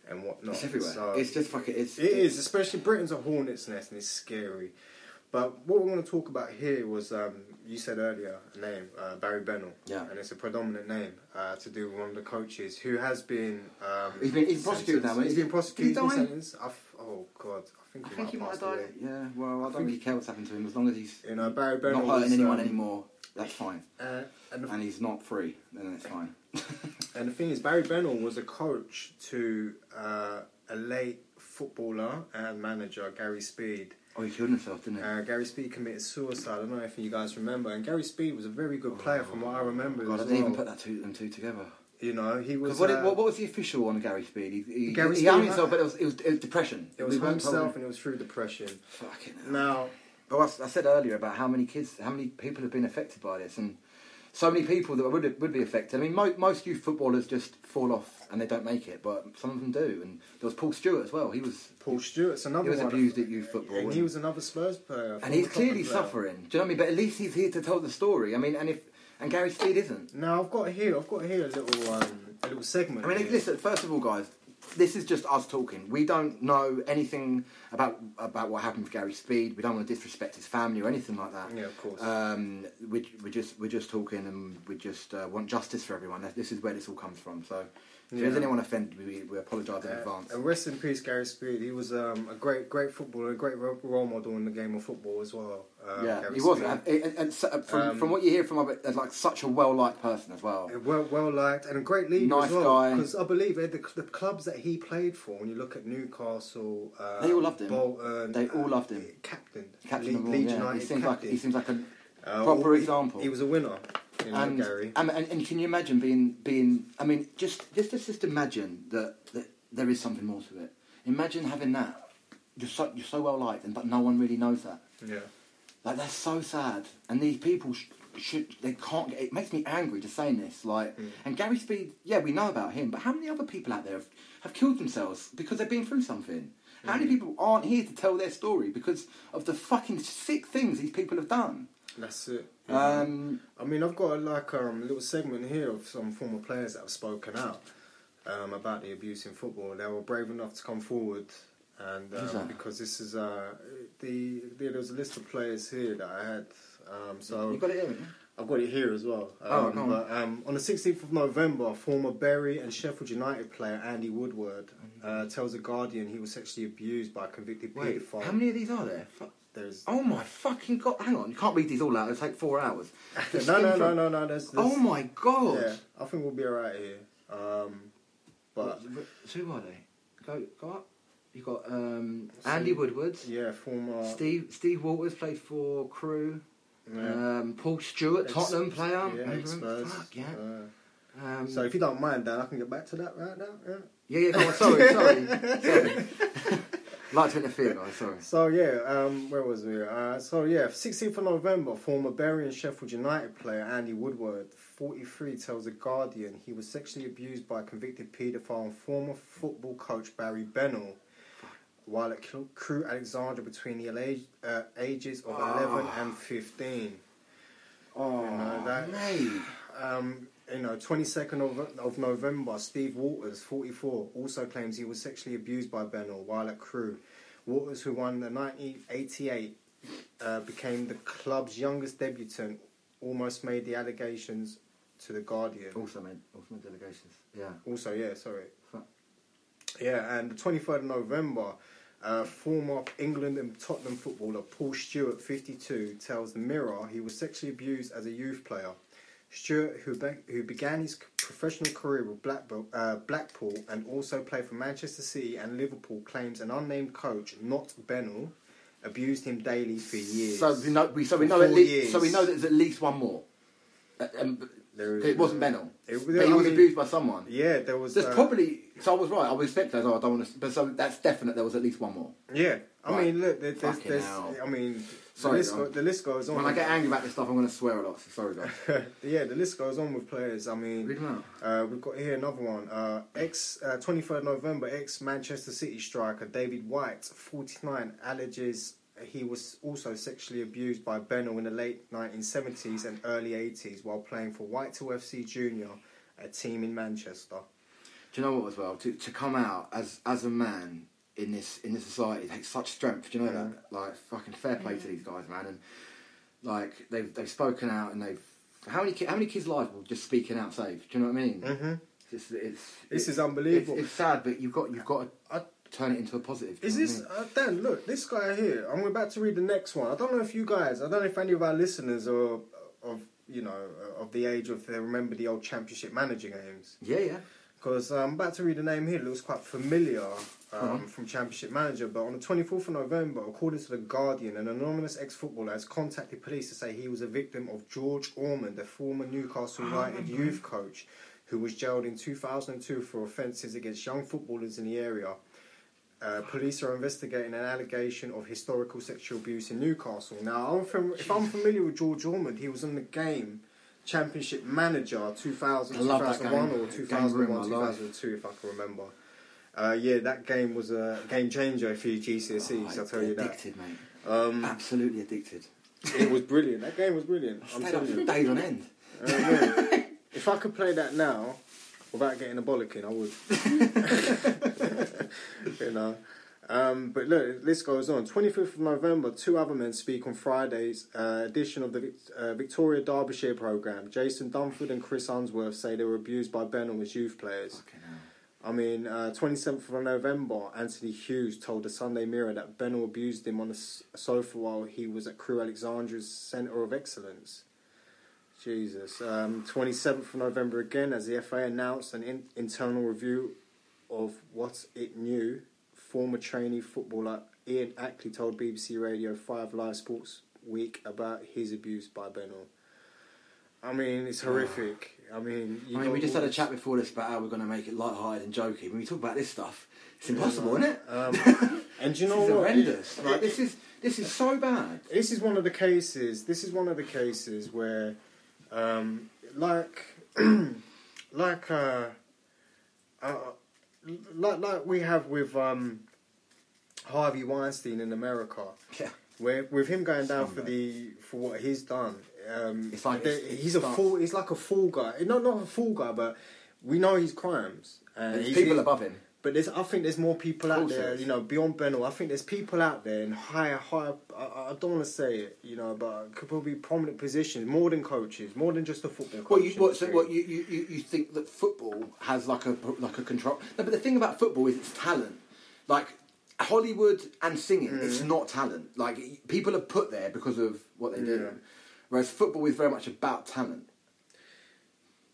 Speaker 3: and whatnot.
Speaker 2: It's everywhere.
Speaker 3: So-
Speaker 2: it's just fucking. It's,
Speaker 3: it is, especially Britain's a hornet's nest and it's scary. But what we want to talk about here was um, you said earlier a name, uh, Barry Bennell.
Speaker 2: Yeah.
Speaker 3: And it's a predominant name uh, to do with one of the coaches who has been. Um,
Speaker 2: He's been- he's prosecuted now,
Speaker 3: sentenced- He's
Speaker 2: isn't he?
Speaker 3: been
Speaker 2: Did
Speaker 3: prosecuted.
Speaker 2: he
Speaker 3: and
Speaker 2: die?
Speaker 3: sentenced. I f- oh, God. I think
Speaker 2: I
Speaker 3: he
Speaker 2: think he
Speaker 3: might
Speaker 2: might
Speaker 3: have
Speaker 2: have
Speaker 3: passed
Speaker 2: died.
Speaker 3: away.
Speaker 2: Yeah. Well, I don't
Speaker 3: think-
Speaker 2: really care what's happened to him. As long as he's
Speaker 3: You know, Barry Bennell.
Speaker 2: not hurting
Speaker 3: was,
Speaker 2: anyone
Speaker 3: um,
Speaker 2: anymore, that's fine.
Speaker 3: Uh, and, the,
Speaker 2: And he's not free, then that's fine. [LAUGHS]
Speaker 3: and the thing is, Barry Bennell was a coach to uh, a late footballer and manager, Gary Speed.
Speaker 2: Oh, he killed himself, didn't he?
Speaker 3: Uh, Gary Speed committed suicide. I don't know if you guys remember. And Gary Speed was a very good player, from what I remember.
Speaker 2: God, I
Speaker 3: as
Speaker 2: didn't even
Speaker 3: well.
Speaker 2: put that two them two together.
Speaker 3: You know, he was.
Speaker 2: Because what,
Speaker 3: uh,
Speaker 2: did- what, what was the official on Gary Speed? He, he,
Speaker 3: Gary
Speaker 2: he hung
Speaker 3: Speed,
Speaker 2: himself,
Speaker 3: uh,
Speaker 2: but it was, it was, it was depression.
Speaker 3: it was
Speaker 2: We weren't told-
Speaker 3: himself, and it was through depression.
Speaker 2: Fucking hell.
Speaker 3: Now,
Speaker 2: But Oh, I, s- I said earlier about how many kids, how many people have been affected by this, and so many people that would would be affected. I mean, mo- most youth footballers just fall off and they don't make it, but some of them do. And there was Paul Stewart as well. He was
Speaker 3: Paul Stewart's another
Speaker 2: he was
Speaker 3: one.
Speaker 2: abused at youth football,
Speaker 3: and he was another Spurs player.
Speaker 2: and he's
Speaker 3: former
Speaker 2: clearly
Speaker 3: Tottenham player.
Speaker 2: suffering. Do you know what I mean? But at least he's here to tell the story. I mean, and if and Gary Speed isn't.
Speaker 3: Now I've got here. I've got here a little, um, a little segment.
Speaker 2: I mean,
Speaker 3: here.
Speaker 2: listen. First of all, guys, this is just us talking. We don't know anything about about what happened with Gary Speed. We don't want to disrespect his family or anything like that.
Speaker 3: Yeah, of course.
Speaker 2: Um, we, we're just we're just talking, and we just uh, want justice for everyone. That- This is where this all comes from. So, if
Speaker 3: Yeah.
Speaker 2: there's anyone offended, we, we apologise in
Speaker 3: Uh,
Speaker 2: advance.
Speaker 3: and rest in peace, Gary Speed. He was um, a great, great footballer, a great ro- role model in the game of football as well. Um,
Speaker 2: yeah,
Speaker 3: Gary
Speaker 2: he was, uh,
Speaker 3: Speed.
Speaker 2: and, and, and so- from,
Speaker 3: Um,
Speaker 2: from what you hear from other, like such a well liked person as well.
Speaker 3: Well, well liked and a great leader
Speaker 2: Nice
Speaker 3: as well.
Speaker 2: guy.
Speaker 3: Because I believe eh, the, the clubs that he played for, when you look at Newcastle, uh,
Speaker 2: They all loved him.
Speaker 3: Bolton,
Speaker 2: They all
Speaker 3: uh,
Speaker 2: loved him.
Speaker 3: Captain,
Speaker 2: Captain of
Speaker 3: Le-
Speaker 2: all,
Speaker 3: Leeds
Speaker 2: yeah.
Speaker 3: United
Speaker 2: he seems like
Speaker 3: captain.
Speaker 2: he seems like a
Speaker 3: Uh,
Speaker 2: proper
Speaker 3: all-
Speaker 2: example.
Speaker 3: He was a winner, you know,
Speaker 2: and,
Speaker 3: Gary.
Speaker 2: and, and and can you imagine being being? I mean, just just just, just imagine that, that there is something more to it. Imagine having that. You're so you're so well liked, and but no one really knows that.
Speaker 3: yeah.
Speaker 2: Like that's so sad. And these people sh- should they can't. Get, it makes me angry just saying this. Like,
Speaker 3: Mm.
Speaker 2: and Gary Speed. Yeah, we know about him, but how many other people out there have, have killed themselves because they've been through something? How
Speaker 3: Mm.
Speaker 2: many people aren't here to tell their story because of the fucking sick things these people have done?
Speaker 3: That's it. Mm-hmm.
Speaker 2: Um,
Speaker 3: I mean, I've got a, like um, little segment here of some former players that have spoken out um, about the abuse in football. They were brave enough to come forward, and
Speaker 2: Who's
Speaker 3: um,
Speaker 2: that?
Speaker 3: because this is uh, the, the there was a list of players here that I had. Um, so
Speaker 2: you got it in.
Speaker 3: I've got it here as well.
Speaker 2: Oh,
Speaker 3: Um,
Speaker 2: go on.
Speaker 3: but, um, on the 16th of November, former Bury and Sheffield United player Andy Woodward uh, tells The Guardian he was sexually abused by a convicted
Speaker 2: Mm-hmm. Wait,
Speaker 3: paedophile.
Speaker 2: how many of these are there? Fu-
Speaker 3: There's... [LAUGHS]
Speaker 2: Oh my fucking god! Hang on, you can't read these all out. It'll take four hours. [LAUGHS] Just
Speaker 3: no,
Speaker 2: skim
Speaker 3: no,
Speaker 2: through-
Speaker 3: no, no, no. There's, there's,
Speaker 2: Oh my god!
Speaker 3: Yeah, I think we'll be alright here. Um, but
Speaker 2: What- what- so who are they? Go, go up. You got um, Andy Woodward,
Speaker 3: yeah, former
Speaker 2: Steve Steve Walters played for Crew.
Speaker 3: yeah,
Speaker 2: Um, Paul Stewart,
Speaker 3: ex-
Speaker 2: Tottenham player.
Speaker 3: yeah,
Speaker 2: remember him?
Speaker 3: ex-Spurs,
Speaker 2: Fuck yeah.
Speaker 3: uh,
Speaker 2: Um,
Speaker 3: so if you don't mind, Dan, I can get back to that right now. Yeah.
Speaker 2: yeah, yeah. Go on, sorry, sorry,
Speaker 3: [LAUGHS]
Speaker 2: sorry. like to interfere, guys. Sorry.
Speaker 3: So yeah, um, where was we? Uh, so yeah, 16th of November, former Bury and Sheffield United player Andy Woodward, 43, tells the Guardian he was sexually abused by a convicted paedophile and former football coach Barry Bennell while at Cl- Crew Alexandra between the age, uh, ages of 11 and 15.
Speaker 2: Oh,
Speaker 3: know, that-
Speaker 2: mate.
Speaker 3: Um, you know, 22nd of, of November, Steve Waters, 44, also claims he was sexually abused by Bennell while at Crew. Waters, who won the 1988, uh, became the club's youngest debutant, almost made the allegations to The Guardian.
Speaker 2: Also made, also made delegations. Yeah.
Speaker 3: Also, yeah, sorry. [LAUGHS]
Speaker 2: Fuck.
Speaker 3: Yeah, and the 23rd of November, uh, former England and Tottenham footballer Paul Stewart, 52, tells the Mirror he was sexually abused as a youth player. Stewart, who, be- who began his professional career with Blackpool, uh, Blackpool and also played for Manchester City and Liverpool, claims an unnamed coach, not Bennell, abused him daily for years.
Speaker 2: So we know. We, so we
Speaker 3: For
Speaker 2: know at
Speaker 3: four
Speaker 2: least. So we
Speaker 3: years.
Speaker 2: know that there's at least one more. Uh, um,
Speaker 3: There is-
Speaker 2: It wasn't Benel.
Speaker 3: It-
Speaker 2: but he
Speaker 3: I
Speaker 2: was
Speaker 3: mean,
Speaker 2: abused by someone.
Speaker 3: Yeah, there was.
Speaker 2: There's
Speaker 3: uh,
Speaker 2: probably so I was right. I was expecting. I was like, I don't want to. But so that's definite. There was at least one more.
Speaker 3: Yeah, I
Speaker 2: Right.
Speaker 3: mean, look, there, there's,
Speaker 2: Fucking
Speaker 3: there's,
Speaker 2: hell.
Speaker 3: I mean,
Speaker 2: Sorry,
Speaker 3: the, list
Speaker 2: Ron.
Speaker 3: go, the list goes on.
Speaker 2: When I get angry about this stuff, I'm going to swear a lot. So sorry, guys.
Speaker 3: [LAUGHS] yeah, the list goes on with players. I mean,
Speaker 2: Read 'em out.
Speaker 3: uh, we've got here another one. Uh, ex uh, 23rd November, ex Manchester City striker David White, 49, alleges he was also sexually abused by Benno in the late 1970s and early 80s while playing for White to FC Junior, a team in Manchester.
Speaker 2: Do you know what as well? To to come out as as a man in this in this society takes such strength. Do you know that? Like fucking fair play to these guys, man. And like they've they've spoken out and they've how many ki- how many kids' lives will just speaking out save? Do you know what I mean?
Speaker 3: Mm-hmm.
Speaker 2: It's, it's,
Speaker 3: This
Speaker 2: it's-
Speaker 3: is unbelievable.
Speaker 2: It's, it's sad, but you've got you've got to
Speaker 3: I-
Speaker 2: turn it into a positive. do you
Speaker 3: Is
Speaker 2: know what I
Speaker 3: this
Speaker 2: mean?
Speaker 3: uh, Dan? Look, this guy here. I'm about to read the next one. I don't know if you guys. I don't know if any of our listeners are of you know of the age of they remember the old championship manager games.
Speaker 2: Yeah, yeah.
Speaker 3: Because I'm about to read a name here that looks quite familiar
Speaker 2: Uh-huh.
Speaker 3: um, from Championship Manager. But on the 24th of November, according to The Guardian, an anonymous ex footballer has contacted police to say he was a victim of George Ormond, the former Newcastle
Speaker 2: Ah,
Speaker 3: United youth coach, who was jailed in 2002 for offences against young footballers in the area. Uh, police are investigating an allegation of historical sexual abuse in Newcastle. Now, I'm fam- if I'm familiar with George Ormond, he was on the game Championship Manager 2000,
Speaker 2: I love that
Speaker 3: 2001
Speaker 2: game.
Speaker 3: or
Speaker 2: That game ruined my
Speaker 3: 2001, 2002, if I can remember. Uh, yeah, that game was a game changer for your
Speaker 2: Oh,
Speaker 3: GCSEs, I'll tell you that.
Speaker 2: addicted, mate.
Speaker 3: Um,
Speaker 2: Absolutely addicted.
Speaker 3: it was brilliant. That game
Speaker 2: [LAUGHS]
Speaker 3: was brilliant. I'm
Speaker 2: Stayed up
Speaker 3: telling
Speaker 2: for
Speaker 3: you.
Speaker 2: days on end.
Speaker 3: Uh, yeah. if I could play that now without getting a bollocking, I would. [LAUGHS] you know. Um, but look, this goes on. 25th of November, two other men speak on Friday's uh, edition of the Vic- uh, Victoria Derbyshire programme. Jason Dunford and Chris Unsworth say they were abused by Benham as youth players.
Speaker 2: Fucking hell.
Speaker 3: I mean, uh, 27th of November, Anthony Hughes told the Sunday Mirror that Benno abused him on the s- sofa while he was at Crew Alexandria's Centre of Excellence. Jesus. Um, 27th of November again, as the FA announced an in- internal review of what it knew, former trainee footballer Ian Ackley told BBC Radio 5 Live Sports Week about his abuse by Benno. I mean, it's horrific. I mean, you
Speaker 2: Ah. I mean,
Speaker 3: got
Speaker 2: we just had a
Speaker 3: all-
Speaker 2: chat before this about how we're going to make it light-hearted and jokey. When we talk about this stuff, it's impossible, isn't it?
Speaker 3: Um,
Speaker 2: [LAUGHS]
Speaker 3: and do you know
Speaker 2: this is
Speaker 3: what?
Speaker 2: horrendous.
Speaker 3: It-
Speaker 2: Like, this is this is so bad.
Speaker 3: this is one of the cases. This is one of the cases where, um, like, [CLEARS THROAT] like, uh, uh, like, like we have with um, Harvey Weinstein in America,
Speaker 2: Yeah.
Speaker 3: where with him going down for the for what he's done. Um,
Speaker 2: It's like-
Speaker 3: there-
Speaker 2: it's-
Speaker 3: he's a
Speaker 2: it's-
Speaker 3: fool. He's like a fool guy. Not not a fool guy, but we know his crimes. And
Speaker 2: There's
Speaker 3: he's-
Speaker 2: people above him.
Speaker 3: but there's, I think there's more people out
Speaker 2: Also,
Speaker 3: there,
Speaker 2: it's-
Speaker 3: you know, beyond Benno. I think there's people out there in higher, higher. I, I- I don't want to say it, you know, but could probably prominent positions, more than coaches, more than just the football coach.
Speaker 2: Well, you, what, so
Speaker 3: industry.
Speaker 2: what you, you, you, you think that football has like a like a control? No, but the thing about football is it's talent. Like Hollywood and singing, it's
Speaker 3: Mm.
Speaker 2: not talent. Like it- people are put there because of what they do,
Speaker 3: Yeah.
Speaker 2: whereas football is very much about talent.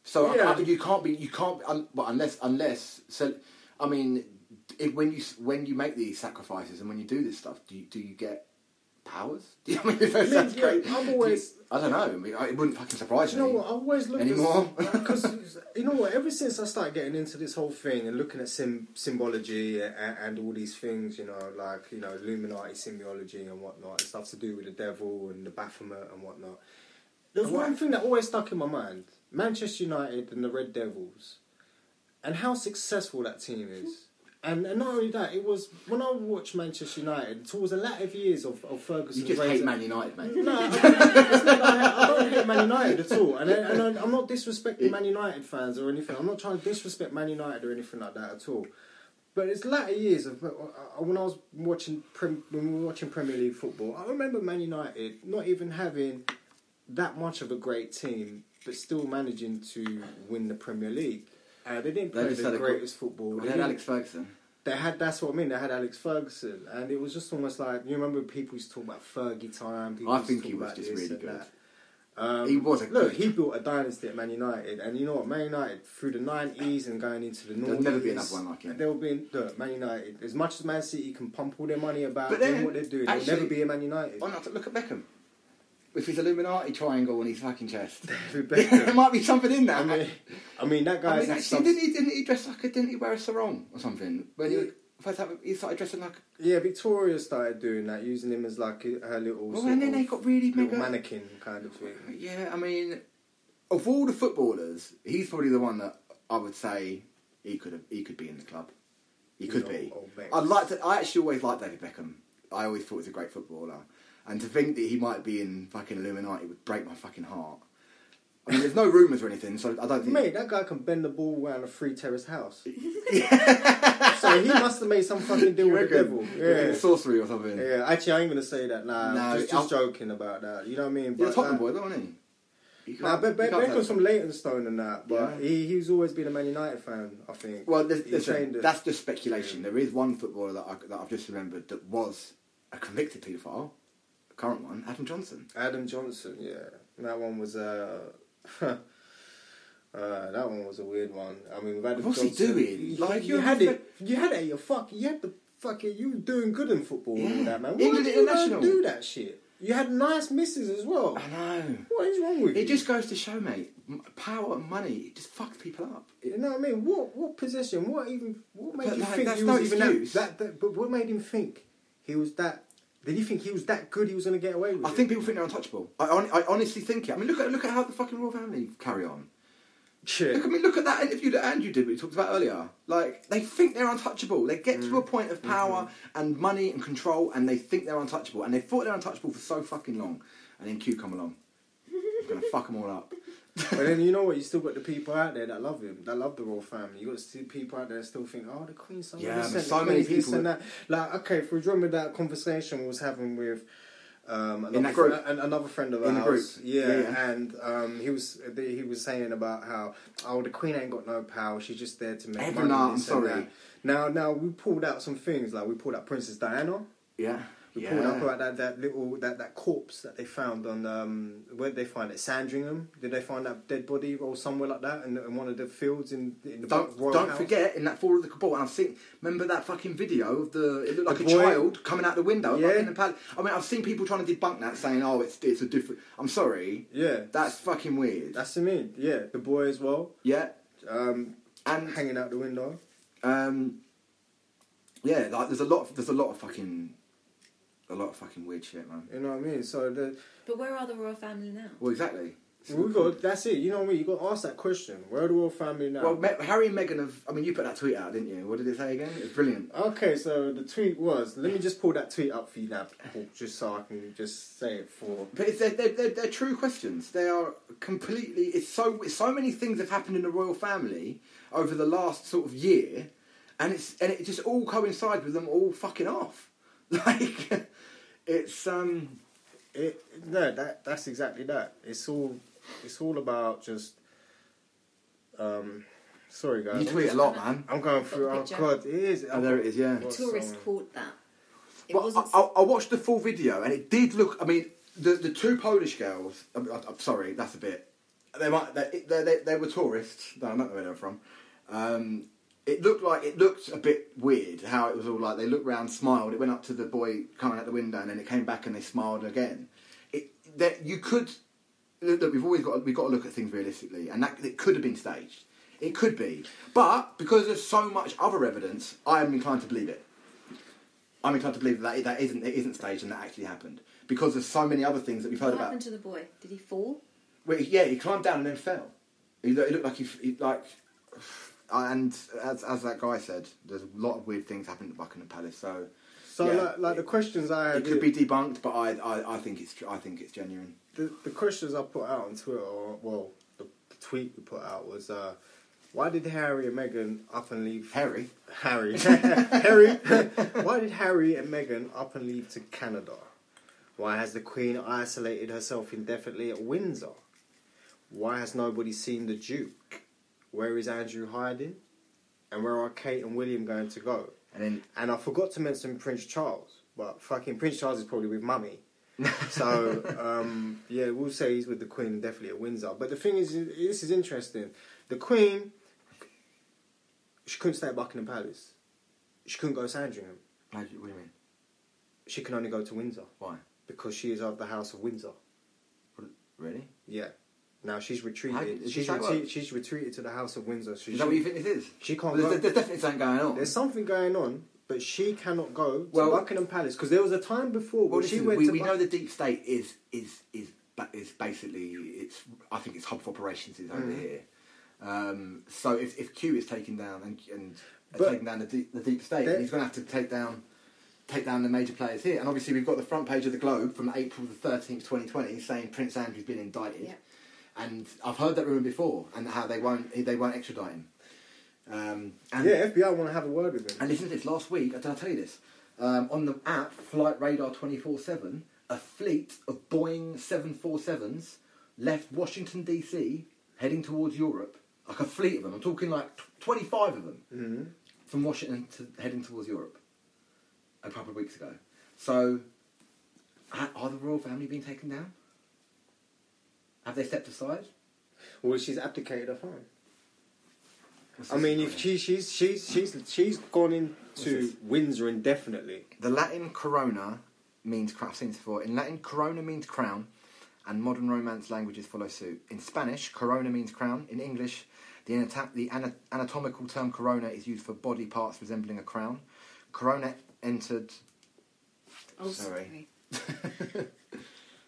Speaker 2: So I-
Speaker 3: Yeah.
Speaker 2: I, you can't be you can't be, un, but unless unless so I mean if, when you s- when you make these sacrifices and when you do this stuff, do you, do you get powers? [LAUGHS] Do you, I mean, that sounds
Speaker 3: yeah,
Speaker 2: great.
Speaker 3: I've
Speaker 2: Do you-
Speaker 3: always-
Speaker 2: I don't know. I mean, I- it wouldn't fucking surprise
Speaker 3: Do you know
Speaker 2: me.
Speaker 3: what? I always look
Speaker 2: Anymore? [LAUGHS]
Speaker 3: because you know what. Ever since I started getting into this whole thing and looking at sim- symbology and, and all these things, you know, like you know, Illuminati symbology and whatnot, and stuff to do with the devil and the Baphomet and whatnot. There's
Speaker 2: And what-
Speaker 3: one thing that always stuck in my mind: Manchester United and the Red Devils, and how successful that team
Speaker 2: Hmm.
Speaker 3: is. And, and not only that, it was when I watched Manchester United towards the latter years of, of Ferguson's
Speaker 2: You just
Speaker 3: reign-
Speaker 2: hate Man United, mate.
Speaker 3: [LAUGHS] no, I, don't- it's not that I, I don't
Speaker 2: [LAUGHS]
Speaker 3: hate Man United at all, and, I, and I, I'm not disrespecting Man United fans or anything. I'm not trying to disrespect Man United or anything like that at all. But it's latter years of uh, when I was watching Prem, when we were watching Premier League football. I remember Man United not even having that much of a great team, but still managing to win the Premier League. Uh, they didn't
Speaker 2: They
Speaker 3: play
Speaker 2: just
Speaker 3: the
Speaker 2: had a gr-
Speaker 3: greatest football.
Speaker 2: We
Speaker 3: They
Speaker 2: had
Speaker 3: didn't-
Speaker 2: Alex Ferguson.
Speaker 3: they had that's what I mean. They had Alex Ferguson, and it was just almost like you remember people used to talk about Fergie time. People
Speaker 2: I
Speaker 3: used to
Speaker 2: think
Speaker 3: talk
Speaker 2: he was
Speaker 3: about
Speaker 2: just
Speaker 3: this
Speaker 2: really
Speaker 3: and
Speaker 2: good.
Speaker 3: that. Um,
Speaker 2: He was a
Speaker 3: look.
Speaker 2: good-
Speaker 3: He built a dynasty at Man United, and you know what? Man United through the nineties and going into the noughties.
Speaker 2: There'll never be another one like him.
Speaker 3: There will be look, Man United. As much as Man City can pump all their money about
Speaker 2: But
Speaker 3: doing
Speaker 2: then,
Speaker 3: what they're doing,
Speaker 2: actually-
Speaker 3: there's never be a Man United.
Speaker 2: Why not look at Beckham? with his Illuminati triangle on his fucking
Speaker 3: [LAUGHS]
Speaker 2: chest. [LAUGHS]
Speaker 3: David
Speaker 2: there
Speaker 3: Beckham.
Speaker 2: might be something in that.
Speaker 3: I mean, I mean that
Speaker 2: I
Speaker 3: guy's
Speaker 2: mean, actually, didn't he, didn't he dress like a, didn't he wear a sarong or something? When
Speaker 3: Yeah.
Speaker 2: he, first time he started dressing like a,
Speaker 3: Yeah, Victoria started doing that, using him as like her little.
Speaker 2: well,
Speaker 3: sort
Speaker 2: and then
Speaker 3: of
Speaker 2: they got really
Speaker 3: little
Speaker 2: mega.
Speaker 3: mannequin kind of thing.
Speaker 2: Yeah, I mean, of all the footballers, he's probably the one that I would say he could have, he could be in the club. He could
Speaker 3: He's
Speaker 2: be.
Speaker 3: old- old Beck.
Speaker 2: I like to. I actually always liked David Beckham. I always thought he was a great footballer, and to think that he might be in fucking Illuminati would break my fucking heart. I mean, there's no rumours or anything, so I don't think. [LAUGHS]
Speaker 3: Mate, that guy can bend the ball around a three terrace house. so he must have made some fucking deal
Speaker 2: You
Speaker 3: with the
Speaker 2: reckon?
Speaker 3: devil.
Speaker 2: Fucking
Speaker 3: Yeah.
Speaker 2: sorcery or something.
Speaker 3: Yeah, actually, I ain't gonna say that. Nah,
Speaker 2: No,
Speaker 3: I'm just,
Speaker 2: I'll-
Speaker 3: just joking about that. You know what I mean?
Speaker 2: He's a Tottenham
Speaker 3: that-
Speaker 2: boy, isn't he? You
Speaker 3: uh, Nah,
Speaker 2: can't-
Speaker 3: Be- Be-
Speaker 2: you can't
Speaker 3: Beckham's
Speaker 2: say
Speaker 3: from Leytonstone and that, but
Speaker 2: Yeah.
Speaker 3: he he's always been a Man United fan, I think.
Speaker 2: Well, there's,
Speaker 3: He
Speaker 2: listen,
Speaker 3: trained it.
Speaker 2: that's just speculation. There is one footballer that, I, that I've just remembered that was a convicted paedophile, a current one, Adam Johnson.
Speaker 3: Adam Johnson, yeah. That one was uh, [LAUGHS] uh that one was a weird one. I mean, with Adam
Speaker 2: What's he
Speaker 3: Johnson,
Speaker 2: doing?
Speaker 3: You,
Speaker 2: Like,
Speaker 3: you
Speaker 2: you have
Speaker 3: had it. You had it. You fuck. You had the fucking. You were doing good in football and all
Speaker 2: Yeah.
Speaker 3: that man. Why
Speaker 2: England
Speaker 3: did you
Speaker 2: international.
Speaker 3: not do that shit? You had nice misses as well.
Speaker 2: I know.
Speaker 3: What is wrong with you?
Speaker 2: It just goes to show, mate, m- power and money it just fucks people up.
Speaker 3: You know what I mean? What what possession? What even? What made
Speaker 2: But,
Speaker 3: you
Speaker 2: like,
Speaker 3: think
Speaker 2: that's
Speaker 3: he
Speaker 2: no
Speaker 3: was even
Speaker 2: excuse.
Speaker 3: that, that, that? But what made him think he was that? Did he think he was that good? He was going to get away with
Speaker 2: I
Speaker 3: it?
Speaker 2: think people think they're untouchable. I, hon- I honestly think it. I mean, look at look at how the fucking royal family carry on.
Speaker 3: Shit.
Speaker 2: Look, I mean, look at that interview that Andrew did, we talked about earlier. Like, they think they're untouchable. They get to a point of power and money and control, and they think they're untouchable. And they thought they're untouchable for so fucking long. And then Q come along. I'm gonna fuck them all up.
Speaker 3: But then you know what? You still got the people out there that love him, that love the royal family. You got to see people out there that still think, oh, the Queen's so
Speaker 2: Yeah,
Speaker 3: innocent,
Speaker 2: but
Speaker 3: the
Speaker 2: so many
Speaker 3: Queen's this
Speaker 2: people-
Speaker 3: and that. Like, okay, for remember that conversation we was having with. Um, another,
Speaker 2: that group.
Speaker 3: fr- an- another friend of
Speaker 2: In the
Speaker 3: ours,
Speaker 2: group.
Speaker 3: Yeah,
Speaker 2: Yeah, yeah.
Speaker 3: and um, he was he was saying about how oh the Queen ain't got no power, she's just there to make
Speaker 2: Evan,
Speaker 3: money.
Speaker 2: no,
Speaker 3: and
Speaker 2: I'm
Speaker 3: this and
Speaker 2: sorry.
Speaker 3: that. Now, now we pulled out some things like we pulled out Princess Diana.
Speaker 2: Yeah.
Speaker 3: We
Speaker 2: yeah.
Speaker 3: pulled up about that, that little that, that corpse that they found on um, where did they find it Sandringham. Did they find that dead body or somewhere like that in, in one of the fields in, in the
Speaker 2: Don't,
Speaker 3: Royal
Speaker 2: don't
Speaker 3: House?
Speaker 2: forget in that fall of the cabal, and I've seen. Remember that fucking video of the it looked like
Speaker 3: The
Speaker 2: a
Speaker 3: boy-
Speaker 2: child coming out the window.
Speaker 3: Yeah.
Speaker 2: Yeah. in the palace. I mean, I've seen people trying to debunk that, saying, "Oh, it's it's a different." I'm sorry,
Speaker 3: Yeah,
Speaker 2: that's fucking weird.
Speaker 3: that's what I mean. Yeah, the boy as well,
Speaker 2: yeah,
Speaker 3: um,
Speaker 2: and
Speaker 3: hanging out the window.
Speaker 2: Um, yeah, like there's a lot. Of, there's a lot of fucking, a lot of fucking weird shit, man.
Speaker 3: You know what I mean? So the
Speaker 4: But where are the royal family now?
Speaker 2: Well, exactly.
Speaker 3: we got that's it. You know what I mean? You got to ask that question. Where are the royal family now?
Speaker 2: Well, Me- Harry and Meghan have. I mean, you put that tweet out, didn't you? What did it say again? It was brilliant.
Speaker 3: Okay, so the tweet was. Let me just pull that tweet up for you now, people, just so I can just say it for.
Speaker 2: But it's, they're, they're, they're, they're true questions. They are completely. It's so. So many things have happened in the royal family over the last sort of year, and it's and it just all coincides with them all fucking off. [LAUGHS] Like, it's um.
Speaker 3: It no, that that's exactly that. It's all it's all about just. Um, sorry guys,
Speaker 2: You tweet a lot, man.
Speaker 3: I'm going through. Oh
Speaker 4: Picture.
Speaker 3: god, it is.
Speaker 2: Oh, there it is. Yeah.
Speaker 4: The
Speaker 3: What's
Speaker 4: tourist
Speaker 3: wrong?
Speaker 4: called that. It
Speaker 2: Well,
Speaker 4: wasn't.
Speaker 2: I, I, I watched the full video and it did look. I mean, the, the two Polish girls. I'm, I'm sorry, that's a bit. They might. They, they, they, they were tourists. No, I don't know where they were from. Um, it looked like it looked a bit weird how it was all like they looked round, smiled. It went up to the boy coming out the window, and then it came back and they smiled again. It that you could look, look, we've always got we've got to look at things realistically, and that it could have been staged. It could be, but because there's so much other evidence, I am inclined to believe it. I'm inclined to believe that that isn't it isn't staged and that actually happened because there's so many other things that we've heard
Speaker 4: what
Speaker 2: about.
Speaker 4: happened to the boy? Did he fall?
Speaker 2: Well, he- yeah, he climbed down and then fell. He, lo- he looked like he, f- he like, [SIGHS] and as as that guy said, there's a lot of weird things happening at Buckingham Palace. So,
Speaker 3: So
Speaker 2: yeah,
Speaker 3: like, like the questions I
Speaker 2: it,
Speaker 3: had,
Speaker 2: it could be debunked, but I, I I think it's tr- I think it's genuine.
Speaker 3: the, the questions I put out on Twitter, or well, the, the tweet we put out was, uh, why did Harry and Meghan up and leave?
Speaker 2: Harry,
Speaker 3: Harry, Harry, [LAUGHS] why did Harry and Meghan up and leave to Canada? Why has the Queen isolated herself indefinitely at Windsor? Why has nobody seen the Duke? Where is Andrew hiding? And where are Kate and William going to go?
Speaker 2: and then
Speaker 3: And I forgot to mention Prince Charles, but fucking Prince Charles is probably
Speaker 2: [LAUGHS]
Speaker 3: with Mummy. so um, yeah, we'll say he's with the Queen definitely at Windsor. But the thing is, this is interesting. The Queen, she couldn't stay at Buckingham Palace. She couldn't go to Sandringham.
Speaker 2: what do you mean?
Speaker 3: She can only go to Windsor
Speaker 2: Why?
Speaker 3: because she is of the House of Windsor.
Speaker 2: Really?
Speaker 3: Yeah. Now she's
Speaker 2: How-
Speaker 3: retreated.
Speaker 2: is
Speaker 3: she's
Speaker 2: that
Speaker 3: retreat,
Speaker 2: right?
Speaker 3: she's retreated to the House of Windsor. So
Speaker 2: Is
Speaker 3: she,
Speaker 2: that what you think this is?
Speaker 3: she can't
Speaker 2: There's,
Speaker 3: go.
Speaker 2: there's definitely something going on.
Speaker 3: There's something going on, but she cannot go
Speaker 2: Well-
Speaker 3: to Buckingham Palace because there was a time before
Speaker 2: well,
Speaker 3: when
Speaker 2: listen,
Speaker 3: she went
Speaker 2: we,
Speaker 3: to.
Speaker 2: we
Speaker 3: Buck-
Speaker 2: know the deep state is is is ba- is basically it's. I think its hub of operations is over
Speaker 3: Mm.
Speaker 2: here. Um, so if, if Q is taken down and and
Speaker 3: But-
Speaker 2: taking down the deep, the deep state,
Speaker 3: There-
Speaker 2: he's going to have to take down take down the major players here. And obviously, we've got the front page of the Globe from April the thirteenth, twenty twenty, saying Prince Andrew's been indicted.
Speaker 4: Yeah.
Speaker 2: And I've heard that rumor before, and how they won't they won't extradite him. Um, and
Speaker 3: yeah, FBI want to have a word with him.
Speaker 2: and listen to this, last week, did I tell you this? Um, on the app Flight Radar 24 7, a fleet of Boeing 747s left Washington DC heading towards Europe. Like a fleet of them. I'm talking like tw 25 of them
Speaker 3: Mhm.
Speaker 2: from Washington to heading towards Europe a couple of weeks ago. So, ha- are the royal family being taken down? Have they stepped aside?
Speaker 3: Well, she's abdicated her phone.
Speaker 2: What's
Speaker 3: I
Speaker 2: this
Speaker 3: mean,
Speaker 2: story?
Speaker 3: if she, she's she's she's she's gone into
Speaker 2: this?
Speaker 3: Windsor indefinitely.
Speaker 2: The Latin corona means crown. I've seen this before. In Latin, corona means crown, and modern Romance languages follow suit. In Spanish, corona means crown. In English, the, anata- the ana- anatomical term corona is used for body parts resembling a crown. Corona entered.
Speaker 4: Oh,
Speaker 2: Sorry.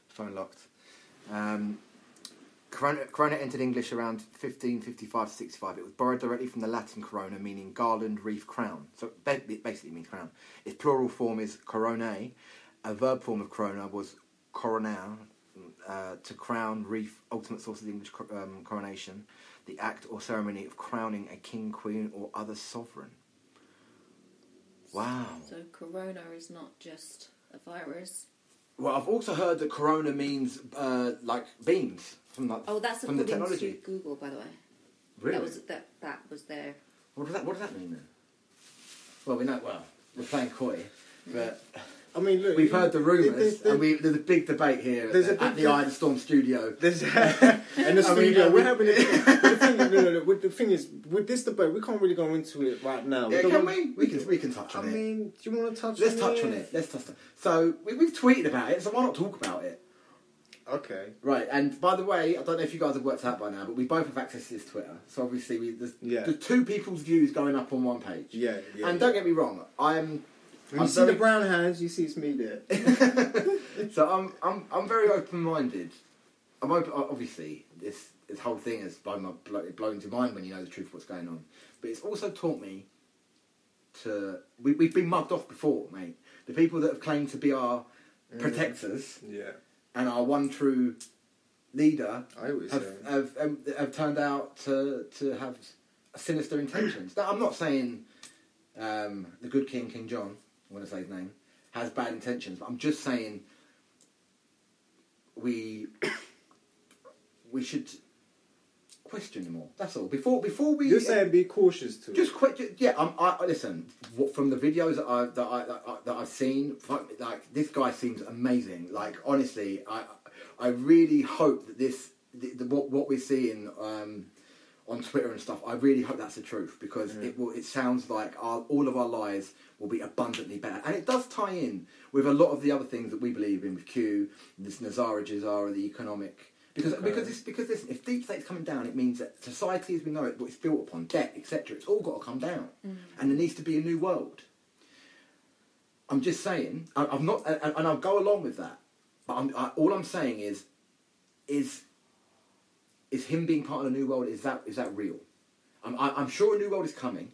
Speaker 2: Phone locked. Um, corona, corona entered English around 1555 to 65. It was borrowed directly from the Latin corona, meaning garland, wreath, crown. So it ba- it basically means crown. Its plural form is coronae. A verb form of corona was coronal, uh, to crown, wreath, ultimate source of the English cor- um, coronation, the act or ceremony of crowning a king, queen, or other sovereign. Wow.
Speaker 4: So corona is not just a virus.
Speaker 2: Well, I've also heard that corona means uh, like beams from like
Speaker 4: Oh, that's
Speaker 2: from the
Speaker 4: according
Speaker 2: technology.
Speaker 4: to Google, by the way.
Speaker 2: Really?
Speaker 4: That was that. That was their.
Speaker 2: What does that What does that mean then? Well, we know. Well, we're playing coy, but
Speaker 3: I mean, look,
Speaker 2: we've heard the rumours,
Speaker 3: There's,
Speaker 2: and we there's a big debate here at
Speaker 3: There's
Speaker 2: the,
Speaker 3: a big
Speaker 2: at the Eye of the Storm studio.
Speaker 3: [LAUGHS] there's and the
Speaker 2: I mean,
Speaker 3: studio.
Speaker 2: uh,
Speaker 3: we're [LAUGHS] having it. but the thing, no, no, no, with the thing is, with this debate, we can't really go into it right now.
Speaker 2: Yeah,
Speaker 3: don't
Speaker 2: can
Speaker 3: want-
Speaker 2: we? We can we can touch
Speaker 3: I
Speaker 2: on it.
Speaker 3: mean, do you want to touch?
Speaker 2: Let's
Speaker 3: on
Speaker 2: touch
Speaker 3: it?
Speaker 2: on it. Let's touch on. So we, we've tweeted about it, so why not talk about it?
Speaker 3: Okay.
Speaker 2: Right, and by the way, I don't know if you guys have worked out by now, but we both have access to this Twitter. So obviously, we, there's,
Speaker 3: Yeah.
Speaker 2: there's two people's views going up on one page.
Speaker 3: Yeah. yeah
Speaker 2: and
Speaker 3: yeah.
Speaker 2: don't get me wrong, I'm. [LAUGHS]
Speaker 3: When
Speaker 2: I'm
Speaker 3: you see
Speaker 2: very-
Speaker 3: the brown hands, you see it's me there.
Speaker 2: So I'm I'm I'm very open-minded. I'm open. Obviously, this this whole thing has blown my blo- blown to mind when you know the truth of what's going on. But it's also taught me to. We, we've been mugged off before, mate. The people that have claimed to be our protectors
Speaker 3: [LAUGHS] yeah.
Speaker 2: and our one true leader
Speaker 3: I always
Speaker 2: have
Speaker 3: say.
Speaker 2: have, um, have turned out to to have sinister intentions. Now, I'm not saying um, the good King King John, I want to say his name, has bad intentions, but I'm just saying we [COUGHS] we should question him all. That's all. Before before we
Speaker 3: You're saying be cautious too.
Speaker 2: just quit. ju- Yeah, I'm, I I- listen. What, from the videos that I that I that, I, that I've seen, fuck, like this guy seems amazing. Like honestly, I I really hope that this the, the, what what we're seeing um, on Twitter and stuff. I really hope that's the truth because it will. It sounds like our, all of our lives will be abundantly better, and it does tie in with a lot of the other things that we believe in with Q, this Nazara Jazara, the economic. Because,
Speaker 3: Okay.
Speaker 2: because this because listen, if deep state's coming down, it means that society as we know it, what it's built upon, debt, etc., it's all got to come down,
Speaker 3: Mm.
Speaker 2: and there needs to be a new world. I'm just saying, I, I'm not, and, and I'll go along with that. But I'm, I, all I'm saying is, is, is him being part of the new world? Is that is that real? I'm, I, I'm sure a new world is coming.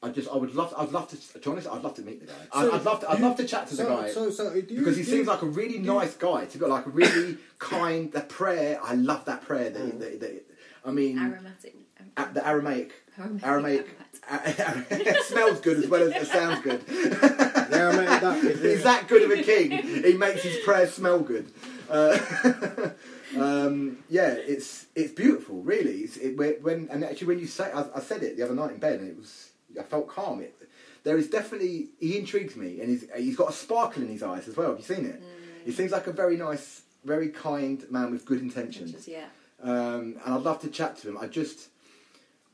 Speaker 2: I just, I would love, I'd love to, to be honest, I'd love to meet the guy.
Speaker 3: So
Speaker 2: I, I'd love to, I'd
Speaker 3: you-
Speaker 2: love to chat to the
Speaker 3: so-
Speaker 2: guy
Speaker 3: So, so, do you,
Speaker 2: because he
Speaker 3: do
Speaker 2: seems
Speaker 3: you- [LAUGHS]
Speaker 2: like a really nice guy. To be like a really [LAUGHS] kind. The prayer, I love that prayer. That,
Speaker 3: Mm.
Speaker 2: that, that- I mean,
Speaker 4: Aromatic. um,
Speaker 2: a- the Aramaic,
Speaker 4: Aramaic.
Speaker 2: Aramaic, [LAUGHS] it smells good as well as it sounds good.
Speaker 3: Yeah, I meant [LAUGHS] that.
Speaker 2: He's that good of a king. He makes his prayers smell good. Uh, [LAUGHS] um, yeah, it's it's beautiful, really. It's, it, when- when and actually, when you say, I, I said it the other night in bed, and it was I felt calm. It, there is definitely he intrigues me, and he's he's got a sparkle in his eyes as well. Have you seen it? He seems like a very nice, very kind man with good intentions
Speaker 4: Just, yeah.
Speaker 2: um, and I'd love to chat to him. I just,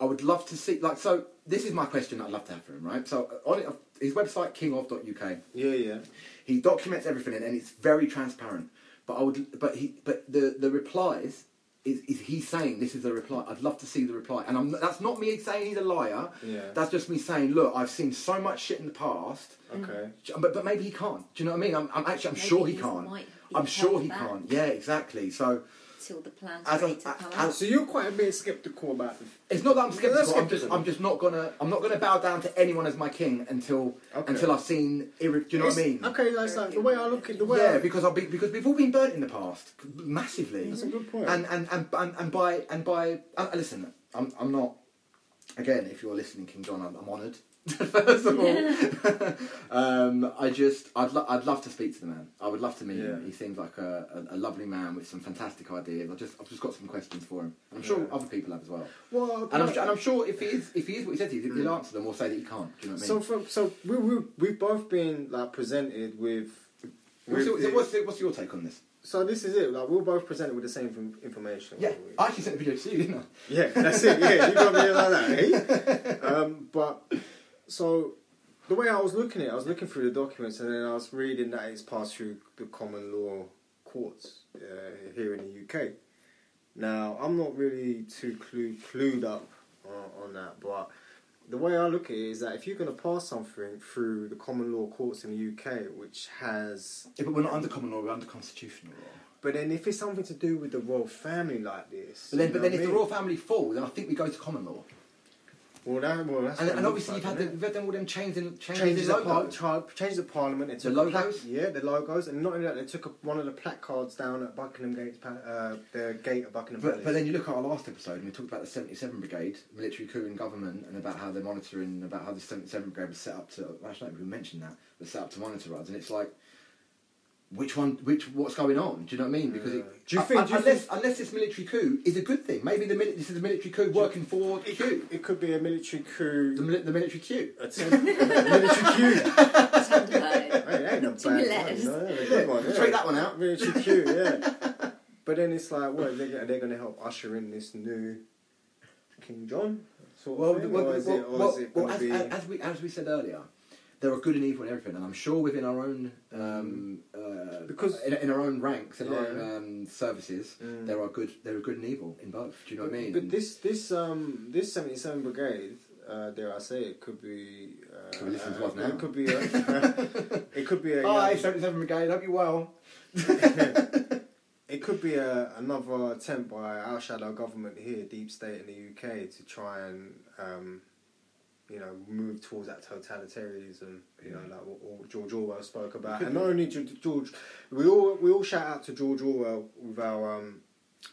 Speaker 2: I would love to see, like, so this is my question that I'd love to have for him, right? So uh, on it, his website, kingof.uk,
Speaker 3: Yeah, yeah.
Speaker 2: he documents everything and, and it's very transparent. But I would, but he, but the the replies is, is he saying this is a reply? I'd love to see the reply, and I'm that's not me saying he's a liar.
Speaker 3: Yeah.
Speaker 2: That's just me saying, look, I've seen so much shit in the past,
Speaker 3: Okay.
Speaker 2: but but maybe he can't. Do you know what I mean? I'm, I'm actually I'm
Speaker 4: Maybe
Speaker 2: sure he
Speaker 4: he
Speaker 2: can't.
Speaker 4: might be
Speaker 2: I'm sure
Speaker 4: held
Speaker 2: he
Speaker 4: back.
Speaker 2: can't. Yeah, exactly. So
Speaker 4: till the plan's
Speaker 2: As
Speaker 4: ready
Speaker 2: a-
Speaker 4: to come
Speaker 2: as-
Speaker 4: out.
Speaker 3: Mm. So you're quite a bit skeptical about the
Speaker 2: It's not that I'm
Speaker 3: Yeah, that's
Speaker 2: skeptical. I'm just,
Speaker 3: skepticism.
Speaker 2: I'm just not gonna, I'm not gonna bow down to anyone as my king until,
Speaker 3: Okay.
Speaker 2: until I've seen. Irre- do you know what I
Speaker 3: It's-
Speaker 2: mean?
Speaker 3: Okay, that's like the way I look at the way.
Speaker 2: Yeah,
Speaker 3: I-
Speaker 2: because I'll be, because we've all been burnt in the past massively.
Speaker 3: That's a good point.
Speaker 2: And and and and, and by and by, uh, listen, I'm I'm not. Again, if you're listening, King John, I'm, I'm honoured. [LAUGHS] First of
Speaker 3: [LAUGHS]
Speaker 2: all, um, I just I'd lo- I'd love to speak to the man. I would love to meet him.
Speaker 3: Yeah.
Speaker 2: He seems like a, a, a lovely man with some fantastic ideas. I just I've just got some questions for him. I'm sure
Speaker 3: Yeah.
Speaker 2: other people have as well.
Speaker 3: well,
Speaker 2: And I'm,
Speaker 3: but-
Speaker 2: and I'm sure if he is, if he is what he says, he- he'll answer them or say that he can't. Do you know what I mean?
Speaker 3: so from, so we we we've both been like presented with.
Speaker 2: what's,
Speaker 3: with
Speaker 2: your,
Speaker 3: the-
Speaker 2: what's, your- what's your take on this?
Speaker 3: so this is it. Like we're both presented with the same inf- information.
Speaker 2: Yeah,
Speaker 3: We-
Speaker 2: I actually sent the video to you, didn't I?
Speaker 3: Yeah, that's it. Yeah, you got me like that. Eh? Um, but so the way I was looking at it, I was looking through the documents, and then I was reading that it's passed through the common law courts uh, here in the UK. Now I'm not really too clue, clued up uh, on, on that, but the way I look at it is that if you're going to pass something through the common law courts in the UK, which has
Speaker 2: Yeah, but we're not under common law, we're under constitutional law.
Speaker 3: but then if it's something to do with the royal family like this,
Speaker 2: But then,
Speaker 3: you
Speaker 2: but
Speaker 3: know
Speaker 2: then
Speaker 3: what
Speaker 2: if
Speaker 3: I
Speaker 2: the
Speaker 3: mean?
Speaker 2: royal family fall, then I think we go to common law.
Speaker 3: well, that, well, that's
Speaker 2: And,
Speaker 3: what it
Speaker 2: and
Speaker 3: looks
Speaker 2: obviously,
Speaker 3: like,
Speaker 2: you've had,
Speaker 3: innit?
Speaker 2: the, you've had them all them changes in, changes
Speaker 3: changes
Speaker 2: in
Speaker 3: the
Speaker 2: logo.
Speaker 3: par- tri- changed the parliament. It
Speaker 2: The
Speaker 3: took a
Speaker 2: logos?
Speaker 3: pla- yeah, the logos, and not only that, they took a, one of the placards down at Buckingham Gate, pa- uh, the gate of Buckingham
Speaker 2: but,
Speaker 3: Palace.
Speaker 2: but then you look at our last episode, and we talked about the 77 Brigade, military coup in government, and about how they're monitoring, about how the 77 Brigade was set up to, actually, no, we mentioned that, was set up to monitor us, and it's like, which one, which, what's going on? Do you know what I mean? Because it,
Speaker 3: Do you
Speaker 2: I-
Speaker 3: think-
Speaker 2: I-
Speaker 3: do you
Speaker 2: unless,
Speaker 3: think-
Speaker 2: unless this military coup is a good thing, maybe the mili- this is a military coup working for Q,
Speaker 3: it, could, it could be a military
Speaker 2: the,
Speaker 3: coup.
Speaker 2: mili- the military coup.
Speaker 3: attempt- military coup.
Speaker 4: [LAUGHS] Tandelo.
Speaker 3: Hey, that ain't
Speaker 2: [LAUGHS]
Speaker 3: a bad
Speaker 4: Two
Speaker 3: one.
Speaker 4: letters.
Speaker 3: No, that's a good one.
Speaker 2: Let's
Speaker 3: yeah.
Speaker 2: Take that one out.
Speaker 3: Military coup.
Speaker 2: [LAUGHS]
Speaker 3: Yeah. but then it's like, what they're gonna, they're going to help usher in this new King John? Sort
Speaker 2: Well,
Speaker 3: of thing,
Speaker 2: well,
Speaker 3: or is
Speaker 2: well,
Speaker 3: it, or
Speaker 2: well,
Speaker 3: is it
Speaker 2: well,
Speaker 3: going
Speaker 2: as,
Speaker 3: to be?
Speaker 2: as- as we as we said earlier, there are good and evil in everything, and I'm sure within our own um, uh,
Speaker 3: Because-
Speaker 2: in, in our own ranks, in our
Speaker 3: Yeah.
Speaker 2: own um, services,
Speaker 3: Mm.
Speaker 2: there are good there are good and evil in both. Do you know
Speaker 3: But,
Speaker 2: what I mean?
Speaker 3: but this this um this seventy seven brigade, uh, dare I say, it could be. Uh,
Speaker 2: Can we listen to
Speaker 3: uh,
Speaker 2: us now? Oh,
Speaker 3: It could be. A, [LAUGHS]
Speaker 2: [LAUGHS]
Speaker 3: it could be a.
Speaker 2: Hi,
Speaker 3: um,
Speaker 2: 77 Brigade, hope you're well.
Speaker 3: [LAUGHS] it could be a, another attempt by our shadow government here, deep state in the UK, to try and um, you know move towards that totalitarianism. You know, like what all George Orwell spoke about, and not only Ge- George, we all we all shout out to George Orwell with our um,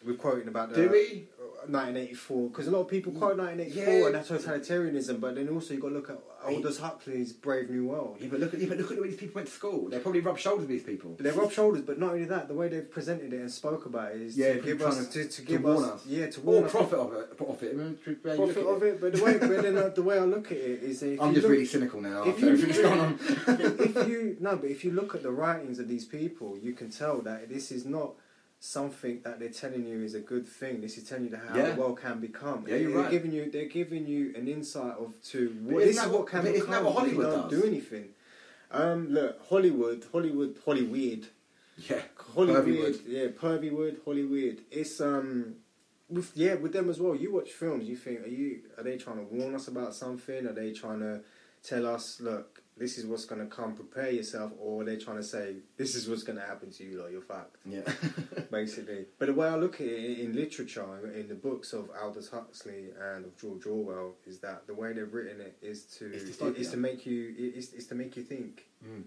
Speaker 3: we're quoting about the
Speaker 2: Do we?
Speaker 3: 1984 because a lot of people quote 1984
Speaker 2: Yeah.
Speaker 3: and that totalitarianism, but then also you got to look at Aldous Huxley's Brave New World.
Speaker 2: Yeah, but look at yeah, but look at where these people went to school. They probably rubbed shoulders with these people.
Speaker 3: They rub shoulders, but not only that, the way they've presented it and spoke about it is
Speaker 2: Yeah,
Speaker 3: to
Speaker 2: people
Speaker 3: give us
Speaker 2: trying
Speaker 3: to,
Speaker 2: to-
Speaker 3: to
Speaker 2: to
Speaker 3: give
Speaker 2: warn
Speaker 3: us,
Speaker 2: us.
Speaker 3: yeah to warn
Speaker 2: Or
Speaker 3: us
Speaker 2: profit of it. Profit,
Speaker 3: profit of it. But the way, but then, uh, the way I look at it is that if
Speaker 2: I'm
Speaker 3: you
Speaker 2: just
Speaker 3: look,
Speaker 2: really cynical now.
Speaker 3: if
Speaker 2: after [LAUGHS]
Speaker 3: you-
Speaker 2: everything's gone on. [LAUGHS]
Speaker 3: if you no, but if you look at the writings of these people, you can tell that this is not something that they're telling you is a good thing. This is telling you how
Speaker 2: Yeah.
Speaker 3: the world can become.
Speaker 2: Yeah, you're
Speaker 3: they're
Speaker 2: right.
Speaker 3: giving you they're giving you an insight of to
Speaker 2: But
Speaker 3: what
Speaker 2: isn't
Speaker 3: this is
Speaker 2: that
Speaker 3: what
Speaker 2: what-
Speaker 3: can
Speaker 2: but
Speaker 3: become.
Speaker 2: isn't that what
Speaker 3: if you
Speaker 2: Hollywood
Speaker 3: don't
Speaker 2: does?
Speaker 3: do anything. Um, look, Hollywood, Hollywood, Hollywood.
Speaker 2: yeah,
Speaker 3: Hollywood,
Speaker 2: Pervywood.
Speaker 3: yeah, Pervywood, Hollywood. It's um, with yeah, with them as well. You watch films, you think, are you are they trying to warn us about something? Are they trying to tell us, look, this is what's gonna come, prepare yourself, or are they trying to say this is what's gonna happen to you, like you're fucked,
Speaker 2: [LAUGHS] Yeah.
Speaker 3: basically? But the way I look at it in literature, in the books of Aldous Huxley and of George Orwell, is that the way they've written it is to
Speaker 2: It's
Speaker 3: is,
Speaker 2: dystopia.
Speaker 3: to make you it's, it's to make you think.
Speaker 2: Mm.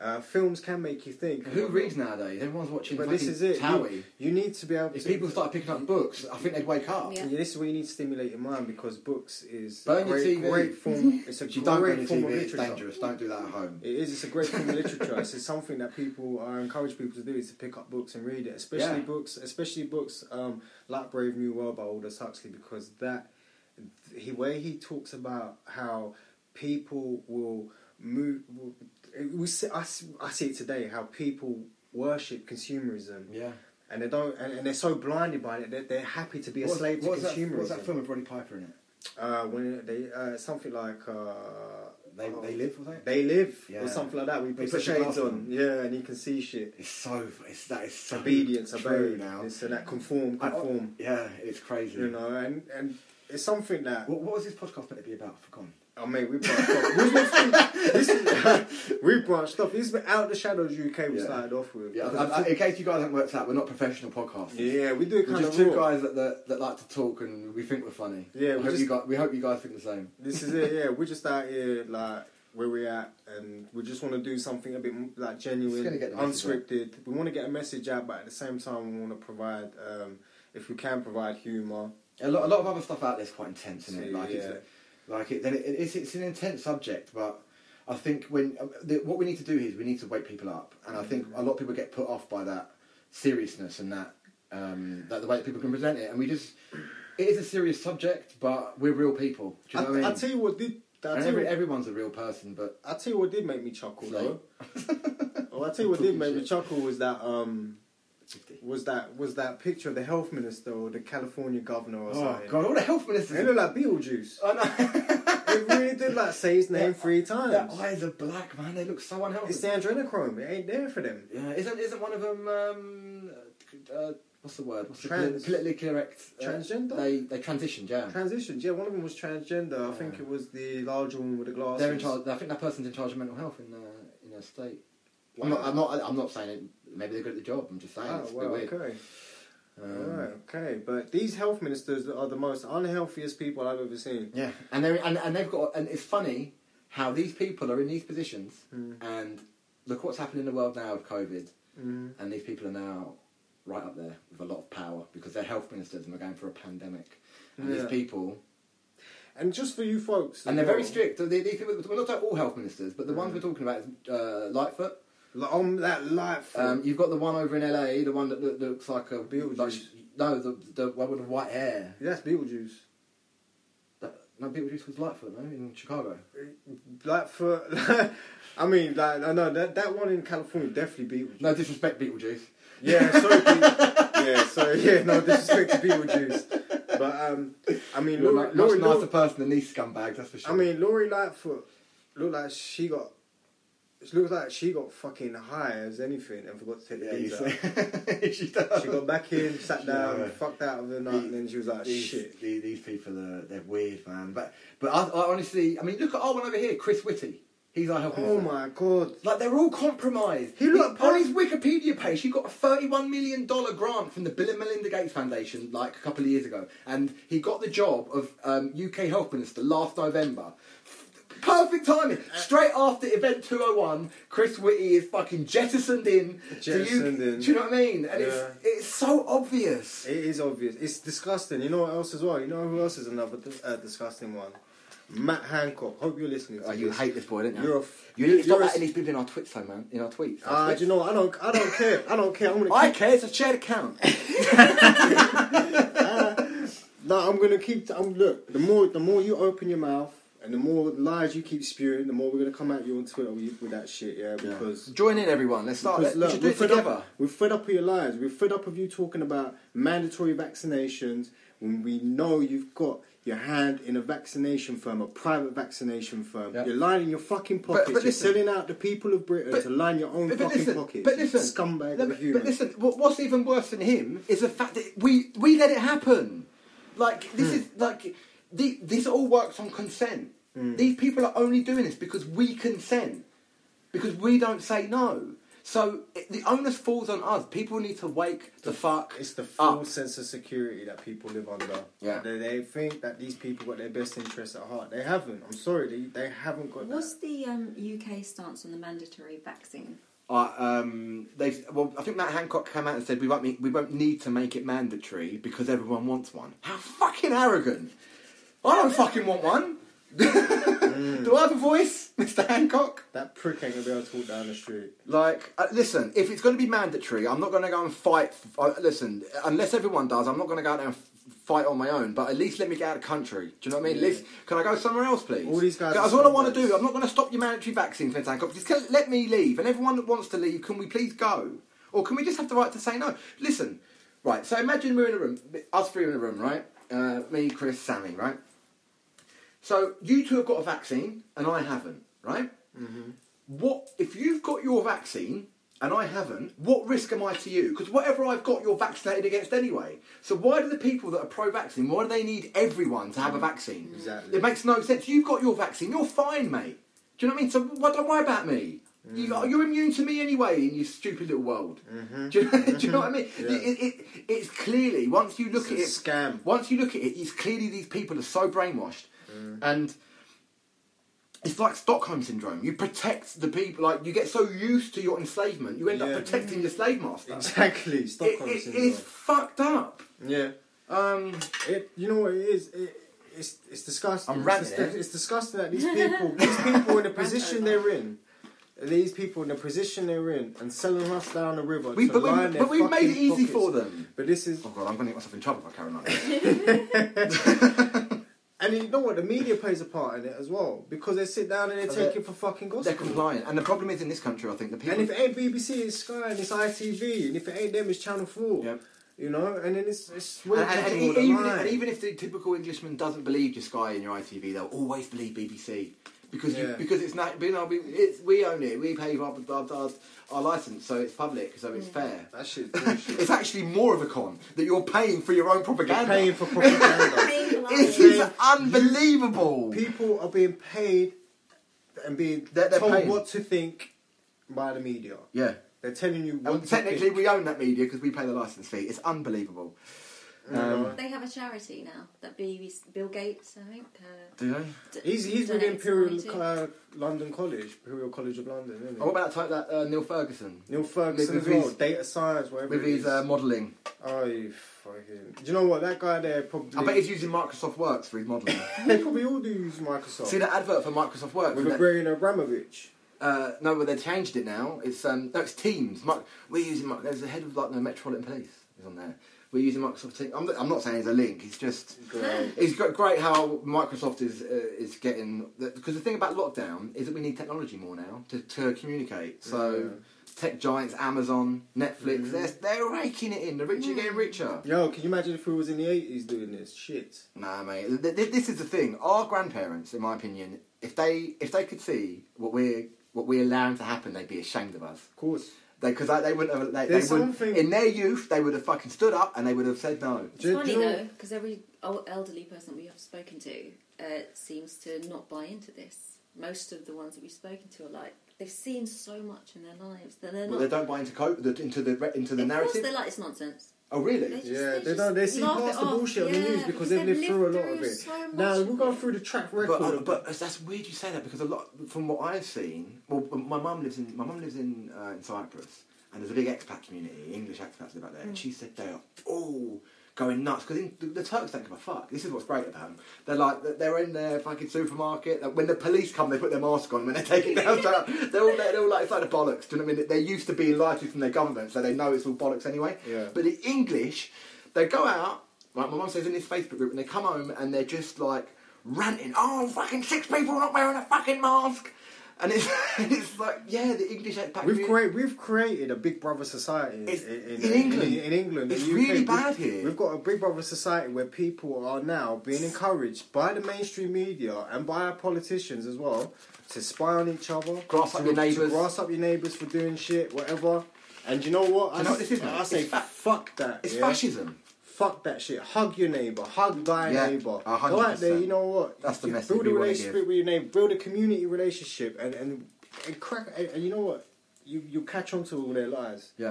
Speaker 3: Uh, films can make you think.
Speaker 2: Who reads nowadays? Everyone's watching
Speaker 3: But
Speaker 2: fucking
Speaker 3: this is it.
Speaker 2: Towie.
Speaker 3: You, you need to be able
Speaker 2: If
Speaker 3: to.
Speaker 2: people started picking up books, I think they'd wake up.
Speaker 4: Yeah.
Speaker 3: Yeah, this is where you need to stimulate your mind because books is a
Speaker 2: Burn your
Speaker 3: great,
Speaker 2: TV. [LAUGHS]
Speaker 3: great form. It's a
Speaker 2: If you
Speaker 3: great
Speaker 2: don't
Speaker 3: form
Speaker 2: go to
Speaker 3: of
Speaker 2: TV, it's
Speaker 3: literature.
Speaker 2: dangerous. Don't do that at home.
Speaker 3: It is. It's a great
Speaker 2: [LAUGHS]
Speaker 3: form of literature. It's just something that people I encourage people to do is to pick up books and read it, especially
Speaker 2: Yeah.
Speaker 3: books, especially books um, like Brave New World by Aldous Huxley, because that he where he talks about how people will move. Will, we see, I, see- I see it today how people worship consumerism
Speaker 2: Yeah.
Speaker 3: and they don't, and, and they're so blinded by it that they're happy to be a slave to
Speaker 2: what's
Speaker 3: consumerism.
Speaker 2: That, what's that film with Roddy Piper in it?
Speaker 3: Uh, when they uh, something like uh,
Speaker 1: They,
Speaker 2: Oh.
Speaker 1: they live, were they?
Speaker 3: They live
Speaker 2: Yeah.
Speaker 3: or something like that. We
Speaker 1: They
Speaker 3: put the
Speaker 1: put shades
Speaker 3: shades on, yeah, and you can see shit.
Speaker 2: It's so. It's that is so
Speaker 3: Obedience,
Speaker 2: true
Speaker 3: obey
Speaker 2: now.
Speaker 3: It's uh, that conform,
Speaker 2: I-
Speaker 3: conform.
Speaker 2: yeah, it's crazy.
Speaker 3: you know, and and it's something that
Speaker 1: What, what was this podcast meant to be about? I've forgotten.
Speaker 3: I mean, we
Speaker 2: [LAUGHS]
Speaker 3: branched off. We, we, this is, [LAUGHS] we branched off. This is out the shadows UK. We
Speaker 2: Yeah.
Speaker 3: started off with.
Speaker 2: Yeah,
Speaker 3: Because
Speaker 2: I- I- in case you guys haven't worked out, we're not professional podcasters.
Speaker 3: yeah, we do it
Speaker 2: We're
Speaker 3: kind
Speaker 2: just
Speaker 3: of
Speaker 2: two
Speaker 3: raw.
Speaker 2: guys that, that, that like to talk and we think we're funny.
Speaker 3: Yeah,
Speaker 2: I
Speaker 3: we
Speaker 2: hope
Speaker 3: just-
Speaker 2: you guys, we hope you guys think the same.
Speaker 3: This is it. Yeah, we're just out here like where we at, and we just want to do something a bit m- like genuine,
Speaker 2: Just gonna get the message out.
Speaker 3: unscripted. We want to get a message out, but at the same time, we want to provide, um, if we can, provide humour.
Speaker 2: A lot, a lot of other stuff out there is quite intense, isn't it?
Speaker 3: See,
Speaker 2: Like,
Speaker 3: yeah.
Speaker 2: it's, like it, then it, it's, it's an intense subject, but I think when uh, the, what we need to do here is we need to wake people up, and I think a lot of people get put off by that seriousness and that um, that the way that people can present it, and we just it is a serious subject, but we're real people. Do you
Speaker 3: I,
Speaker 2: know what I mean?
Speaker 3: I tell you what did. I
Speaker 2: and
Speaker 3: tell,
Speaker 2: every,
Speaker 3: you,
Speaker 2: everyone's a real person, but
Speaker 3: I tell you what did make me
Speaker 2: [LAUGHS]
Speaker 3: chuckle
Speaker 2: Slow.
Speaker 3: though. oh, I tell you what did make me
Speaker 2: Shit.
Speaker 3: chuckle was that um, was that was that picture of the health minister or the California governor or
Speaker 2: oh
Speaker 3: something.
Speaker 2: god, all the health
Speaker 3: It
Speaker 2: ministers.
Speaker 3: looked like Beetlejuice.
Speaker 2: [LAUGHS] I know. [LAUGHS]
Speaker 3: it really did like say his name three times.
Speaker 2: Their eyes are black, man. They look so unhealthy.
Speaker 3: It's the adrenochrome. It ain't there for them.
Speaker 2: yeah, isn't isn't one of them? Um, uh, what's the word? What's
Speaker 3: Trans-
Speaker 2: the polit- politically correct? uh,
Speaker 3: Transgender?
Speaker 2: They they transitioned. Yeah,
Speaker 3: Transitions. Yeah, one of them was transgender. I think it was the large woman with the glasses.
Speaker 2: they're in charge. I think that person's in charge of mental health in uh, in a state. I'm not. I'm not. I'm not saying it. Maybe they're good at the job. I'm just saying.
Speaker 3: Oh,
Speaker 2: it's a
Speaker 3: well,
Speaker 2: bit weird.
Speaker 3: okay.
Speaker 2: Um,
Speaker 3: Alright, okay. But these health ministers are the most unhealthiest people I've ever seen.
Speaker 2: Yeah, and they and, and they've got and it's funny how these people are in these positions and look what's happened in the world now with COVID.
Speaker 3: Mm.
Speaker 2: And these people are now right up there with a lot of power because they're health ministers and we're going through a pandemic. And
Speaker 3: Yeah.
Speaker 2: these people,
Speaker 3: And just for you folks.
Speaker 2: and
Speaker 3: as
Speaker 2: they're very
Speaker 3: well,
Speaker 2: strict. So they- these people- We're not talking all health ministers, but the ones
Speaker 3: Mm.
Speaker 2: we're talking about is uh, Lightfoot.
Speaker 3: Like, on that life.
Speaker 2: Um, you've got the one over in LA, the one that, that looks like a
Speaker 3: Beetlejuice.
Speaker 2: Like, no, the the one with the white hair.
Speaker 3: yeah, that's Beetlejuice.
Speaker 2: That, no, Beetlejuice was Lightfoot, no, in Chicago.
Speaker 3: Like for, [LAUGHS] I mean, like I know that that one in California definitely Beetlejuice.
Speaker 2: No disrespect, Beetlejuice.
Speaker 3: Yeah,
Speaker 2: [LAUGHS]
Speaker 3: sorry. Beet- yeah, so yeah, no disrespect to Beetlejuice, but um, I mean,
Speaker 2: You're a
Speaker 3: Laurie,
Speaker 2: much
Speaker 3: Laurie,
Speaker 2: nicer
Speaker 3: Laurie,
Speaker 2: person than these scumbags, that's for sure. [LAUGHS]
Speaker 3: I mean, Laurie Lightfoot looked like she got. She looks like she got fucking high as anything and forgot to take the
Speaker 2: yeah, you
Speaker 3: beads out.
Speaker 2: see. [LAUGHS] she does.
Speaker 3: She got
Speaker 2: [LAUGHS]
Speaker 3: back in, sat down,
Speaker 2: Yeah.
Speaker 3: fucked out of the night, and then she was like,
Speaker 2: these,
Speaker 3: "Shit."
Speaker 2: These, these people are they're weird, man. But but I, I honestly, I mean, look at our one over here, Chris Whitty. He's our helping.
Speaker 3: Oh my god!
Speaker 2: Like they're all compromised.
Speaker 3: He looked
Speaker 2: on his Wikipedia page. He got a thirty-one million dollar grant from the Bill and Melinda Gates Foundation like a couple of years ago, and he got the job of um, UK Health Minister last November. Perfect timing. Straight after Event 201, Chris Whitty is fucking jettisoned in. to
Speaker 3: Jettisoned in.
Speaker 2: Do you know what I mean? And
Speaker 3: Yeah.
Speaker 2: it's it's so obvious.
Speaker 3: It is obvious. It's disgusting. You know what else as well? You know who else is another dis- uh, disgusting one? Matt Hancock. Hope you're listening. To
Speaker 2: Oh, you
Speaker 3: this.
Speaker 2: hate this boy, don't you?
Speaker 3: You're a f-
Speaker 2: you need to stop
Speaker 3: you're a-
Speaker 2: that in these people in our tweets, though, man. In our tweets. Our
Speaker 3: Ah,
Speaker 2: tweets.
Speaker 3: do you know what? I don't. I don't care. I don't care. I'm gonna.
Speaker 2: I
Speaker 3: Keep,
Speaker 2: care. It's a shared account.
Speaker 3: no, I'm gonna keep. I'm look. The more, the more you open your mouth, and the more lies you keep spewing, the more we're gonna come at you on Twitter with, with that shit. Yeah, because.
Speaker 2: Join in, everyone. Let's start.
Speaker 3: Because
Speaker 2: Let, we
Speaker 3: look,
Speaker 2: should do
Speaker 3: we're
Speaker 2: it
Speaker 3: fed,
Speaker 2: together.
Speaker 3: up, we're fed up of your lies. We're fed up of you talking about mandatory vaccinations when we know you've got your hand in a vaccination firm, a private vaccination firm.
Speaker 2: Yeah.
Speaker 3: You're lining your fucking
Speaker 2: but
Speaker 3: pockets. You're
Speaker 2: listen.
Speaker 3: selling out the people of Britain
Speaker 2: But-
Speaker 3: to line your own
Speaker 2: But, but
Speaker 3: fucking
Speaker 2: listen,
Speaker 3: pockets.
Speaker 2: but
Speaker 3: you
Speaker 2: listen,
Speaker 3: scumbag
Speaker 2: no,
Speaker 3: of a
Speaker 2: but,
Speaker 3: human.
Speaker 2: but listen, what, what's even worse than him is the fact that we we let it happen. Like
Speaker 3: Hmm.
Speaker 2: this is like the, this all works on consent.
Speaker 3: Hmm.
Speaker 2: These people are only doing this because we consent, because we don't say no. So it, the onus falls on us. People need to wake the, fuck
Speaker 3: It's the false
Speaker 2: up.
Speaker 3: sense of security that people live under.
Speaker 2: Yeah.
Speaker 3: They, they think that these people got their best interests at heart. They haven't. I'm sorry, they, they haven't got
Speaker 4: What's
Speaker 3: that.
Speaker 2: [LAUGHS]
Speaker 4: the um, UK stance on the mandatory vaccine?
Speaker 2: Uh, um, they've, well, I think Matt Hancock came out and said we won't, be- we won't need to make it mandatory because everyone wants one. How fucking arrogant! I don't fucking want one. [LAUGHS] Do I have a voice, Mr. Hancock?
Speaker 3: That prick ain't gonna be able to walk down the street.
Speaker 2: Like, uh, listen, if it's going to be mandatory, I'm not going to go and fight. f- Uh, listen, unless everyone does, I'm not going to go out there and f- fight on my own. But at least let me get out of the country. Do you know what I mean? At least, can I go somewhere else, please?
Speaker 3: All these guys
Speaker 2: That's
Speaker 3: are
Speaker 2: all I want to
Speaker 3: scumbags.
Speaker 2: do. I'm not going to stop your mandatory vaccine, Vince Hancock. Just can- let me leave. And everyone that wants to leave, can we please go? Or can we just have the right to say no? Listen, right. So imagine we're in a room, us three in a room, right? Uh, me, Chris, Sammy, right? So you two have got a vaccine and I haven't. right?
Speaker 3: Mm-hmm.
Speaker 2: What if you've got your vaccine and I haven't? What risk am I to you? Because whatever I've got, you're vaccinated against anyway. So why do the people that are pro-vaccine? Why do they need everyone to have a vaccine?
Speaker 3: Mm, Exactly.
Speaker 2: It makes no sense. You've got your vaccine. You're fine, mate. Do you know what I mean? So why don't worry about me. You,
Speaker 3: Mm.
Speaker 2: you're immune to me anyway in your stupid little world. Do, you, do you know [LAUGHS] what I mean?
Speaker 3: Mm-hmm. [LAUGHS] Yeah.
Speaker 2: It, it, it's clearly once you look
Speaker 3: It's
Speaker 2: at
Speaker 3: a
Speaker 2: it,
Speaker 3: scam.
Speaker 2: Once you look at it, it's clearly these people are so brainwashed,
Speaker 3: Mm.
Speaker 2: and it's like Stockholm syndrome. You protect the people, like you get so used to your enslavement, you end
Speaker 3: Yeah.
Speaker 2: up protecting your slave master.
Speaker 3: Exactly,
Speaker 2: It,
Speaker 3: Stockholm
Speaker 2: it,
Speaker 3: syndrome.
Speaker 2: it's fucked up.
Speaker 3: Yeah,
Speaker 2: Um,
Speaker 3: it. You know what it is. It, it's it's disgusting.
Speaker 2: I'm
Speaker 3: it's,
Speaker 2: ranting,
Speaker 3: dis-
Speaker 2: eh?
Speaker 3: it's disgusting that these people, these people
Speaker 2: [LAUGHS]
Speaker 3: in the position
Speaker 4: over.
Speaker 3: they're in, these people in the position they're in, and selling us down the river.
Speaker 2: we,
Speaker 3: to
Speaker 2: but,
Speaker 3: line
Speaker 2: we,
Speaker 3: their
Speaker 2: but we've made
Speaker 3: fucking
Speaker 2: it easy
Speaker 3: pockets.
Speaker 2: for them.
Speaker 3: But this is
Speaker 2: Oh god, I'm going to get myself in trouble if I carry on like this.
Speaker 3: [LAUGHS] And you know what? The media plays a part in it as well because they sit down and they
Speaker 2: they're-
Speaker 3: take it for
Speaker 2: [LAUGHS]
Speaker 3: fucking
Speaker 2: They're
Speaker 3: gospel.
Speaker 2: compliant, and the problem is in this country, I think the people.
Speaker 3: And if it ain't BBC, it's Sky and it's ITV, and if it ain't them, it's Channel Four.
Speaker 2: Yep.
Speaker 3: You know, and then it's it's
Speaker 2: And,
Speaker 3: we're
Speaker 2: and, and
Speaker 3: taking
Speaker 2: e-
Speaker 3: all the
Speaker 2: even if,
Speaker 3: line.
Speaker 2: and even if the typical Englishman doesn't believe your Sky and your ITV, they'll always believe BBC because you,
Speaker 3: Yeah.
Speaker 2: because it's not you know we, it's, we own it, we pay our, our, our, our license, so it's public, so it's fair.
Speaker 3: that shit's
Speaker 2: [LAUGHS]
Speaker 3: bullshit.
Speaker 2: It's actually more of a con that you're paying for your own
Speaker 3: They're
Speaker 2: propaganda.
Speaker 3: paying
Speaker 2: [LAUGHS]
Speaker 3: for propaganda.
Speaker 2: it
Speaker 4: Being
Speaker 2: is
Speaker 3: Yeah.
Speaker 2: unbelievable.
Speaker 3: People are being paid and being
Speaker 2: They're- they're
Speaker 3: told
Speaker 2: paying.
Speaker 3: what to think by the media.
Speaker 2: yeah.
Speaker 3: They're telling you what
Speaker 2: And
Speaker 3: to
Speaker 2: Um, technically,
Speaker 3: think.
Speaker 2: we own that media because we pay the license fee. It's unbelievable. Um,
Speaker 4: They have a charity now that BBC, Bill Gates, I think. Uh,
Speaker 2: do they?
Speaker 4: d-
Speaker 3: He's he's with
Speaker 4: donates
Speaker 3: Imperial
Speaker 4: money to.
Speaker 3: uh, London College, Imperial College of London, isn't he?
Speaker 2: Oh, what about that type that uh, Neil Ferguson
Speaker 3: Neil Ferguson
Speaker 2: With
Speaker 3: as well,
Speaker 2: his-
Speaker 3: data science, whatever
Speaker 2: with
Speaker 3: it
Speaker 2: his
Speaker 3: is.
Speaker 2: uh, modelling?
Speaker 3: Oh, you fucking. Do you know what? That guy there probably.
Speaker 2: I bet he's using Microsoft Works for his
Speaker 3: [LAUGHS]
Speaker 2: modelling.
Speaker 3: They probably all do use Microsoft.
Speaker 2: See that advert for Microsoft Works?
Speaker 3: with
Speaker 2: with that-
Speaker 3: Abrian Abramovich.
Speaker 2: Uh, no, but they changed it now. It's um, no, it's Teams. Mi- we're using Mi- there's a head of like the Metropolitan Police is on there. We're using Microsoft Teams. I'm, I'm not saying it's a link. It's just
Speaker 3: Great.
Speaker 2: it's gr- great how Microsoft is uh, is getting because the thing about lockdown is that we need technology more now to, to communicate. So tech giants, Amazon, Netflix, they're they're raking it in. The rich are getting richer.
Speaker 3: Yo, can you imagine if we was in the eighties doing this shit?
Speaker 2: Nah, mate. Th- th- This is the thing. Our grandparents, in my opinion, if they if they could see what we're what we're allowing to happen, they'd be ashamed of us.
Speaker 3: Of course.
Speaker 2: Because they, they wouldn't have. They, they would,
Speaker 3: There's something-
Speaker 2: In their youth, they would have fucking stood up and they would have said no.
Speaker 4: It's
Speaker 3: Do-
Speaker 4: funny
Speaker 3: do you know-
Speaker 4: though, because every old elderly person we have spoken to uh, seems to not buy into this. Most of the ones that we've spoken to are like they've seen so much in their lives that they're
Speaker 2: But
Speaker 4: not.
Speaker 2: they don't buy into co- the, into the re- into the
Speaker 4: of course,
Speaker 2: narrative.
Speaker 4: they're like it's nonsense.
Speaker 2: oh
Speaker 4: They
Speaker 2: really?
Speaker 4: just,
Speaker 3: Yeah,
Speaker 4: they,
Speaker 3: they
Speaker 4: just
Speaker 3: don't. They see
Speaker 4: laugh it
Speaker 3: past the
Speaker 4: off.
Speaker 3: bullshit on the
Speaker 4: Yeah,
Speaker 3: news because they've lived through a lot of
Speaker 4: through
Speaker 3: it.
Speaker 4: so much
Speaker 3: now we're
Speaker 4: of
Speaker 3: going
Speaker 4: it.
Speaker 3: through the track
Speaker 2: But,
Speaker 3: record.
Speaker 2: uh,
Speaker 3: of
Speaker 2: but that's weird you say that because a lot from what I've seen. Well, my mum lives in my mum lives in uh, in Cyprus and there's a big expat community, English expats live out
Speaker 3: Hmm.
Speaker 2: there, and she said they are all going nuts because the, the Turks don't give a fuck. This is what's great about them. They're like they're in their fucking supermarket. like, When the police come, they put their mask on. When they take it down, so they're all they're all like it's like the bollocks. Do you know what I mean? They're used to being lied to from their government, so they know it's all bollocks anyway.
Speaker 3: Yeah.
Speaker 2: But in English, they go out, like my mum says in this Facebook group, and they come home and they're just like ranting, oh, fucking six people not wearing a fucking mask. And it's, [LAUGHS] and it's like, yeah, the English expat
Speaker 3: We've,
Speaker 2: community-
Speaker 3: create, we've created a Big Brother society
Speaker 2: It's-
Speaker 3: in,
Speaker 2: in England.
Speaker 3: In, in England,
Speaker 2: It's
Speaker 3: the UK.
Speaker 2: really
Speaker 3: We've-
Speaker 2: bad here.
Speaker 3: We've got a Big Brother society where people are now being encouraged by the mainstream media and by our politicians as well to spy on each other,
Speaker 2: Grass
Speaker 3: to,
Speaker 2: up your
Speaker 3: to
Speaker 2: neighbours.
Speaker 3: grass up your neighbours for doing shit, whatever. And you know what?
Speaker 2: You know what this is, mate?
Speaker 3: I say
Speaker 2: It's fa-
Speaker 3: fuck that.
Speaker 2: It's
Speaker 3: yeah?
Speaker 2: fascism.
Speaker 3: Fuck that shit. Hug your neighbour. Hug thy
Speaker 2: Yeah,
Speaker 3: neighbour.
Speaker 2: a hundred
Speaker 3: Go out there,
Speaker 2: percent.
Speaker 3: you know what?
Speaker 2: That's the
Speaker 3: You
Speaker 2: message
Speaker 3: Build
Speaker 2: we
Speaker 3: a
Speaker 2: wanna
Speaker 3: relationship
Speaker 2: give.
Speaker 3: with your neighbour. Build a community relationship and, and, and crack and, and you know what? You you catch on to all their lies.
Speaker 2: Yeah.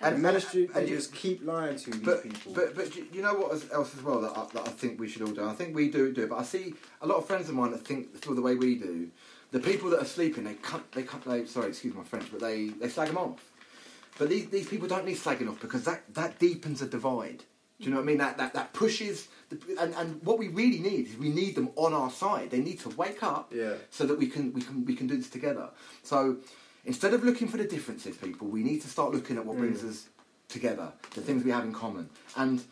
Speaker 3: And,
Speaker 2: And-
Speaker 3: ministry
Speaker 2: and
Speaker 3: they
Speaker 2: you-
Speaker 3: just keep lying to these
Speaker 2: But,
Speaker 3: people.
Speaker 2: but but do you know what as- else as well that I, that I think we should all do. I think we do do, it, but I see a lot of friends of mine that think feel the way we do. The people that are sleeping, they cut, they cut, they sorry, excuse my French, but they they slag them off. But these, these people don't need slagging off because that, that deepens a divide. Do you know what I mean? That that, that pushes, the, and, and what we really need is we need them on our side. They need to wake up
Speaker 3: Yeah.
Speaker 2: so that we can we can we can do this together. So instead of looking for the differences, people, we need to start looking at what brings us together, the things we have in common. And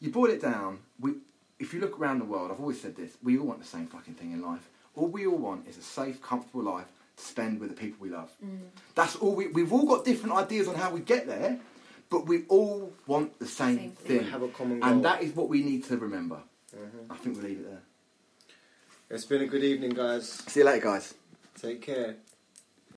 Speaker 2: you boil it down. We, if you look around the world, I've always said this: we all want the same fucking thing in life. All we all want is a safe, comfortable life to spend with the people we love. That's all. We, we've all got different ideas on how we get there, but we all want the same,
Speaker 4: Same thing.
Speaker 2: thing.
Speaker 3: We have a common goal.
Speaker 2: and that is what we need to remember. I think we'll leave it there.
Speaker 3: it's been a good evening, guys.
Speaker 2: See you later, guys.
Speaker 3: Take care.